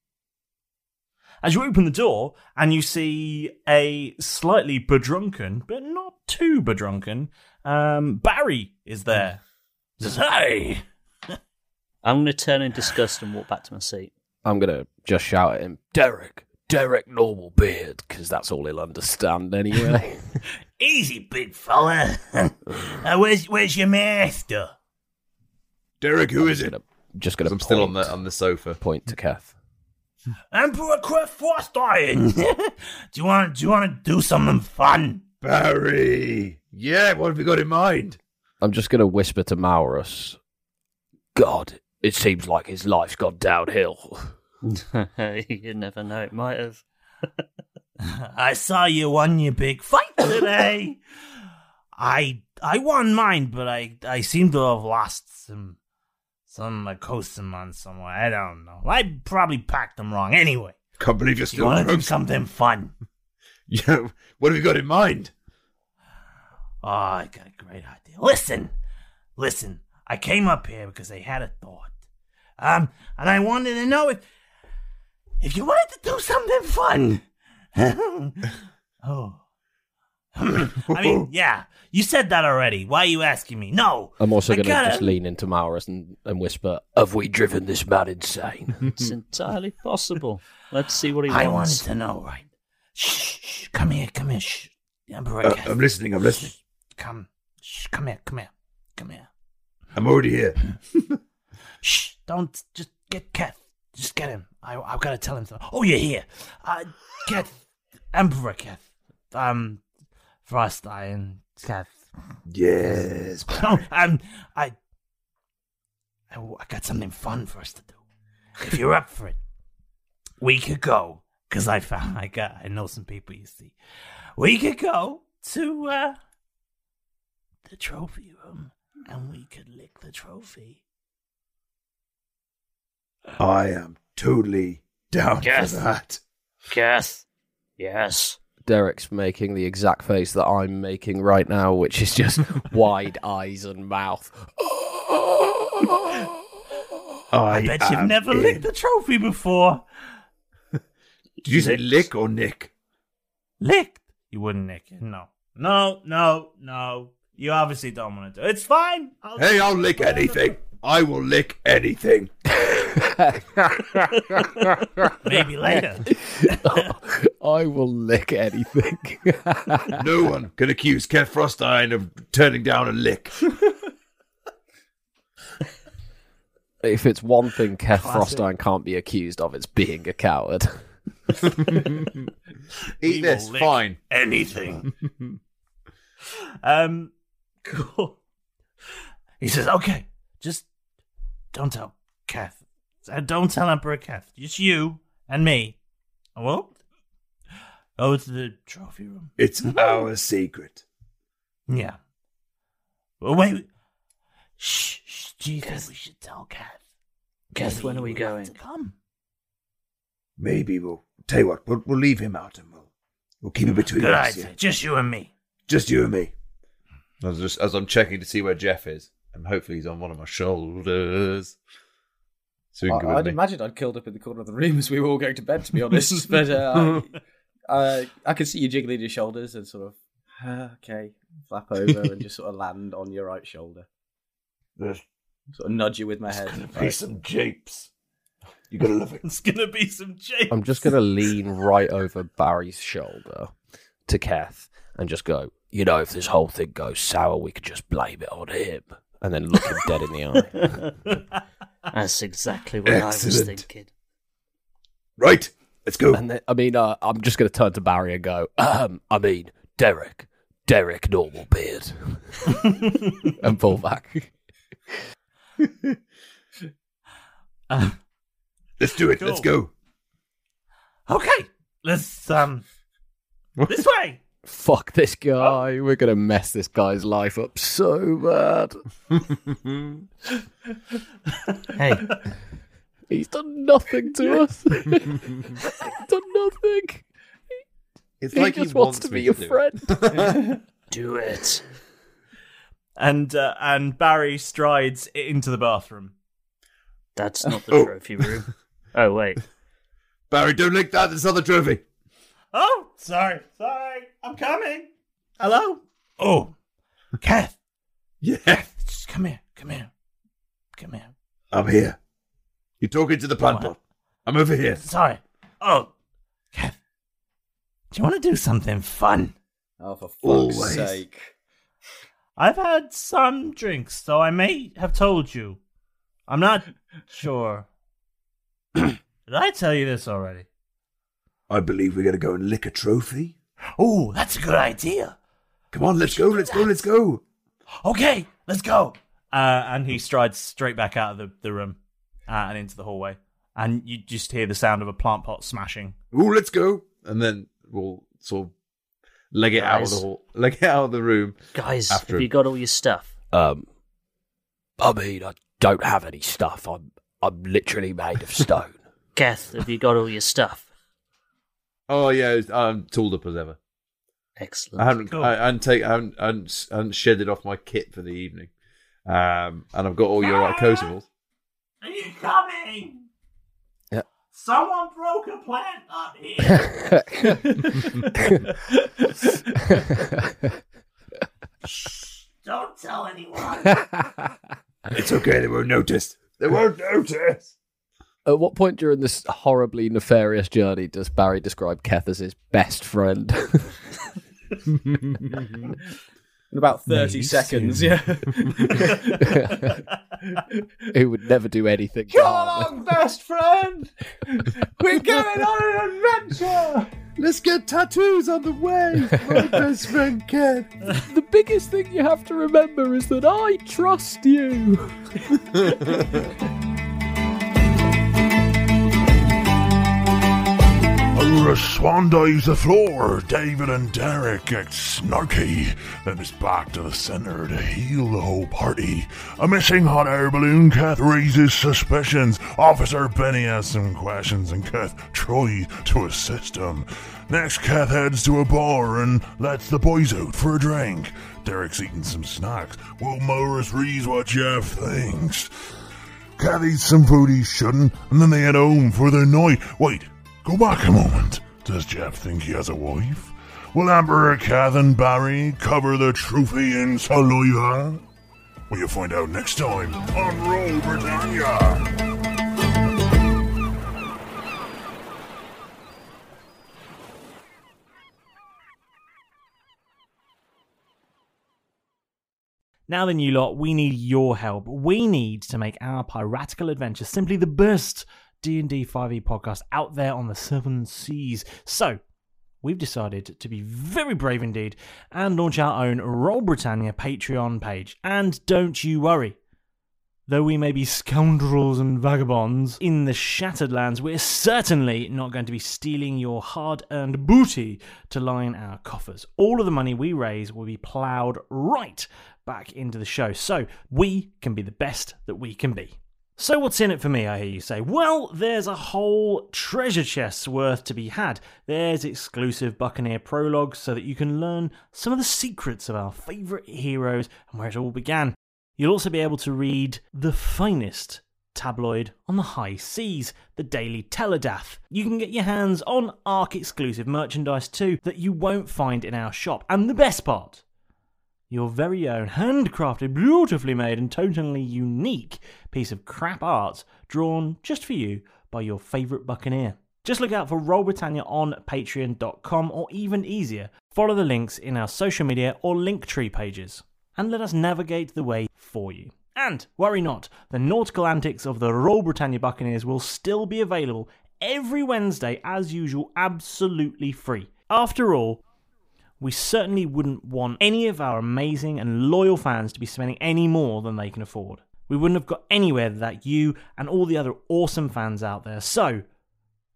S18: As you open the door, and you see a slightly bedrunken, but not too bedrunken, um, Barry is there.
S1: Mm.
S18: Says, hey!
S4: I'm going to turn in disgust and walk back to my seat.
S7: I'm going to just shout at him, Derek, Derek Normal Beard, because that's all he'll understand anyway.
S1: Easy, big fella. Uh, where's where's your master?
S2: Derek, who is it?
S7: just going to
S2: I'm still on the on the sofa.
S7: Point to Kath.
S1: Emperor Quit Force Dying. do you want do you want to do something fun?
S2: Barry. Yeah, what have you got in mind?
S7: I'm just going to whisper to Maurus,
S11: God, it seems like his life's gone downhill.
S4: you never know, it might have.
S1: I saw you won your big fight today. I I won mine, but I I seem to have lost some some uh, Lacoste on somewhere. I don't know. I probably packed them wrong anyway.
S2: Can't believe you're
S1: you
S2: still
S1: want to do
S2: broke.
S1: something fun?
S2: Yeah, what have you got in mind?
S1: Oh, I got a great idea. Listen, listen. I came up here because I had a thought, um, and I wanted to know if if you wanted to do something fun. oh, I mean, yeah. You said that already. Why are you asking me? No,
S7: I'm also
S1: I
S7: going to
S1: gotta-
S7: just lean into Maurus and, and whisper, Have we driven this man insane?
S4: It's entirely possible. Let's see what he
S1: I wanted
S4: wants.
S1: to know, right? Shh, shh, come here, come here. Shh. Emperor
S2: Uh,
S1: Cass-
S2: I'm listening. I'm listening.
S1: Come, shh, come here, come here, come here.
S2: I'm already here.
S1: Shh, don't just get Keth. Just get him. I, I've got to tell him something. Oh, you're here. Uh, Keth, Emperor Keth, um, Frost Iron Keth.
S2: Yes.
S1: No, um, I, I, I got something fun for us to do. If you're up for it, we could go. Cause I found I got I know some people. You see, we could go to uh, the trophy room and we could lick the trophy.
S2: I am totally down
S19: Yes.
S2: for that.
S19: Yes. Yes.
S7: Derek's making the exact face that I'm making right now, which is just wide eyes and mouth.
S1: I, bet you've
S2: Oh, am
S1: never
S2: in.
S1: licked the trophy before.
S2: Did you say lick or nick?
S1: Licked? You wouldn't nick it. No. No, no, no. You obviously don't want to do it. It's fine. I'll-
S2: Hey, I'll lick anything. I will lick anything.
S1: Maybe later.
S7: I will lick anything.
S2: no one can accuse Kev Frostine of turning down a lick.
S7: if it's one thing Kev
S2: Classic.
S7: Frostine can't be accused of, it's being a coward.
S2: Eat this.
S1: lick
S2: Fine.
S1: Anything. um, cool. He says, okay, just don't tell Kath. Uh, Don't tell Emperor Kath. Just you and me. I won't. Go to Oh, the trophy room.
S2: It's
S7: Mm-hmm.
S2: our secret.
S1: Yeah. Well, wait. Shh, shh. Do you think we should tell Kath?
S4: Kath, when are we
S1: Maybe we'll have
S4: going?
S1: To come.
S2: Maybe we'll tell you what. We'll, we'll leave him out and we'll we'll keep it between
S1: Good
S2: us.
S1: idea.
S2: yeah.
S1: Just you and me.
S2: Just you and me. As, just, as I'm checking to see where Jeff is, and hopefully he's on one of my shoulders. So he can go
S5: I,
S2: with
S5: I'd
S2: me.
S5: imagined I'd curled up in the corner of the room as we were all going to bed, to be honest. but uh, I, I, I could see you jiggling your shoulders and sort of, "Ah, okay, flap over and just sort of land on your right shoulder.
S2: There's
S5: Sort of nudge you with my head.
S2: be some japes. You gotta love it.
S18: It's going to be some James.
S7: I'm just going to lean right over Barry's shoulder to Keth and just go,
S11: You know, if this whole thing goes sour, we could just blame it on him.
S7: and then look him dead in the eye.
S4: That's exactly what I was
S2: Excellent.
S4: thinking.
S2: Right. Let's go.
S7: And then, I mean, uh, I'm just going to turn to Barry and go,
S11: Um, I mean, Derek. Derek Normal Beard.
S7: and pull back.
S2: Let's do it. Let's
S1: Cool.
S2: go.
S1: Okay. Let's um. this way.
S7: Fuck this guy. We're going to mess this guy's life up so bad.
S4: Hey,
S7: He's done nothing to us. He's done nothing.
S6: It's
S1: He
S6: like
S1: just
S6: he
S1: wants
S6: wants,
S1: to
S6: me
S1: be your
S6: do it.
S1: friend. Do it. And uh, and Barry strides i- into the bathroom.
S4: That's not
S1: the
S4: trophy room. Oh wait,
S6: Barry, don't lick that. It's not the trophy.
S1: Oh, sorry, sorry. I'm coming. Hello?
S2: Oh, Kath.
S6: Yeah.
S2: Just come here, come here, come here.
S6: I'm here. You're talking to the plant pot. I'm over here.
S2: Sorry. Oh, Kath. Do you want to do something fun?
S5: Oh, for fuck's
S2: Always.
S5: sake.
S1: I've had some drinks, though I may have told you. I'm not sure. Did I tell you this already?
S6: I believe we're going to go and lick a trophy.
S2: Oh, that's a good idea.
S6: Come on, let's go, let's go, let's go.
S2: Okay, let's go.
S1: Uh, and he strides straight back out of the, the room uh, and into the hallway. And you just hear the sound of a plant pot smashing.
S6: Ooh, let's go. And then we'll sort of leg it out of the
S4: Guys.
S6: hall, leg it out of the room.
S4: guys,
S6: after
S4: have
S6: him.
S4: you got all your stuff?
S11: Um,
S17: I mean, I don't have any stuff. I'm I'm literally made of stone.
S4: Geth, have you got all your stuff?
S6: Oh yeah, I'm tooled up as ever.
S4: Excellent.
S6: I haven't, I, I haven't take, I haven't, I haven't, I haven't shedded off my kit for the evening, um, and I've got all your icosivals.
S2: Are you coming?
S6: Yeah.
S2: Someone broke a plant up here. Don't tell anyone.
S6: It's okay, they won't notice. They won't notice.
S7: At what point during this horribly nefarious journey does Barry describe Keth as his best friend?
S5: In about 30
S7: Maybe
S5: seconds,
S7: soon.
S5: yeah.
S7: Who would never do anything. to
S9: Come
S7: harm
S9: along, best friend. We're going on an adventure.
S6: Let's get tattoos on the way. My best friend Ken.
S7: The biggest thing you have to remember is that I trust you.
S20: Over a swan dives the floor, David and Derek get snarky. Then it's back to the center to heal the whole party. A missing hot air balloon, Kath raises suspicions. Officer Benny has some questions, and Kath tries to assist him. Next, Kath heads to a bar and lets the boys out for a drink. Derek's eating some snacks. Will Morris reads what Jeff thinks. Kath eats some food he shouldn't, and then they head home for the night. Wait, go back a moment. Does Jeff think he has a wife? Will Emperor Kath and Barry cover the trophy in Saliva? Well, you'll find out next time on Roll Britannia.
S1: Now then, you lot, we need your help. We need to make our piratical adventure simply the best D&D 5e E podcast out there on the seven seas. So, we've decided to be very brave indeed and launch our own Roll Britannia Patreon page. And don't you worry, Though we may be scoundrels and vagabonds in the Shattered Lands, we're certainly not going to be stealing your hard earned booty to line our coffers. All of the money we raise will be ploughed right back into the show, so we can be the best that we can be. So, what's in it for me, I hear you say? Well, there's a whole treasure chest's worth to be had. There's exclusive Buccaneer prologues so that you can learn some of the secrets of our favourite heroes and where it all began. You'll also be able to read the finest tabloid on the high seas, the Daily Teledath. You can get your hands on ARC exclusive merchandise too that you won't find in our shop. And the best part your very own handcrafted, beautifully made, and totally unique piece of crap art drawn just for you by your favourite buccaneer. Just look out for Roll Britannia on patreon.com or even easier, follow the links in our social media or Linktree pages and let us navigate the way for you. And worry not, the nautical antics of the Royal Britannia Buccaneers will still be available every Wednesday, as usual, absolutely free. After all, we certainly wouldn't want any of our amazing and loyal fans to be spending any more than they can afford. We wouldn't have got anywhere without you and all the other awesome fans out there. So,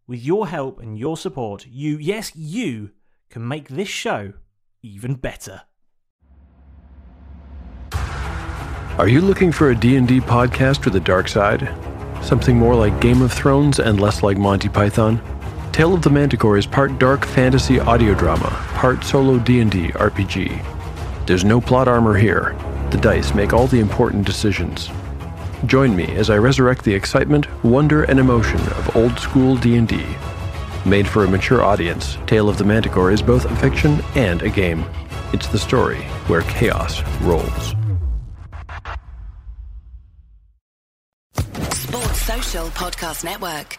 S1: with your help and your support, you, yes, you, can make this show even better.
S21: Are you looking for a D&D podcast with a dark side? Something more like Game of Thrones and less like Monty Python? Tale of the Manticore is part dark fantasy audio drama, part solo D&D RPG. There's no plot armor here. The dice make all the important decisions. Join me as I resurrect the excitement, wonder, and emotion of old school D&D. Made for a mature audience, Tale of the Manticore is both a fiction and a game. It's the story where chaos rolls.
S22: Sports Social Podcast Network.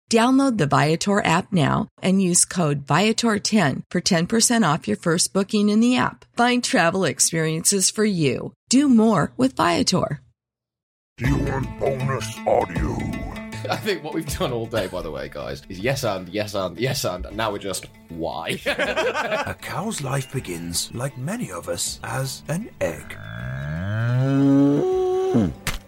S22: Download the Viator app now and use code Viator10 for 10% off your first booking in the app. Find travel experiences for you. Do more with Viator.
S20: Do you want bonus audio?
S7: I think what we've done all day, by the way, guys, is yes and, yes and, yes and, and now we're just why.
S2: a cow's life begins, like many of us, as an egg.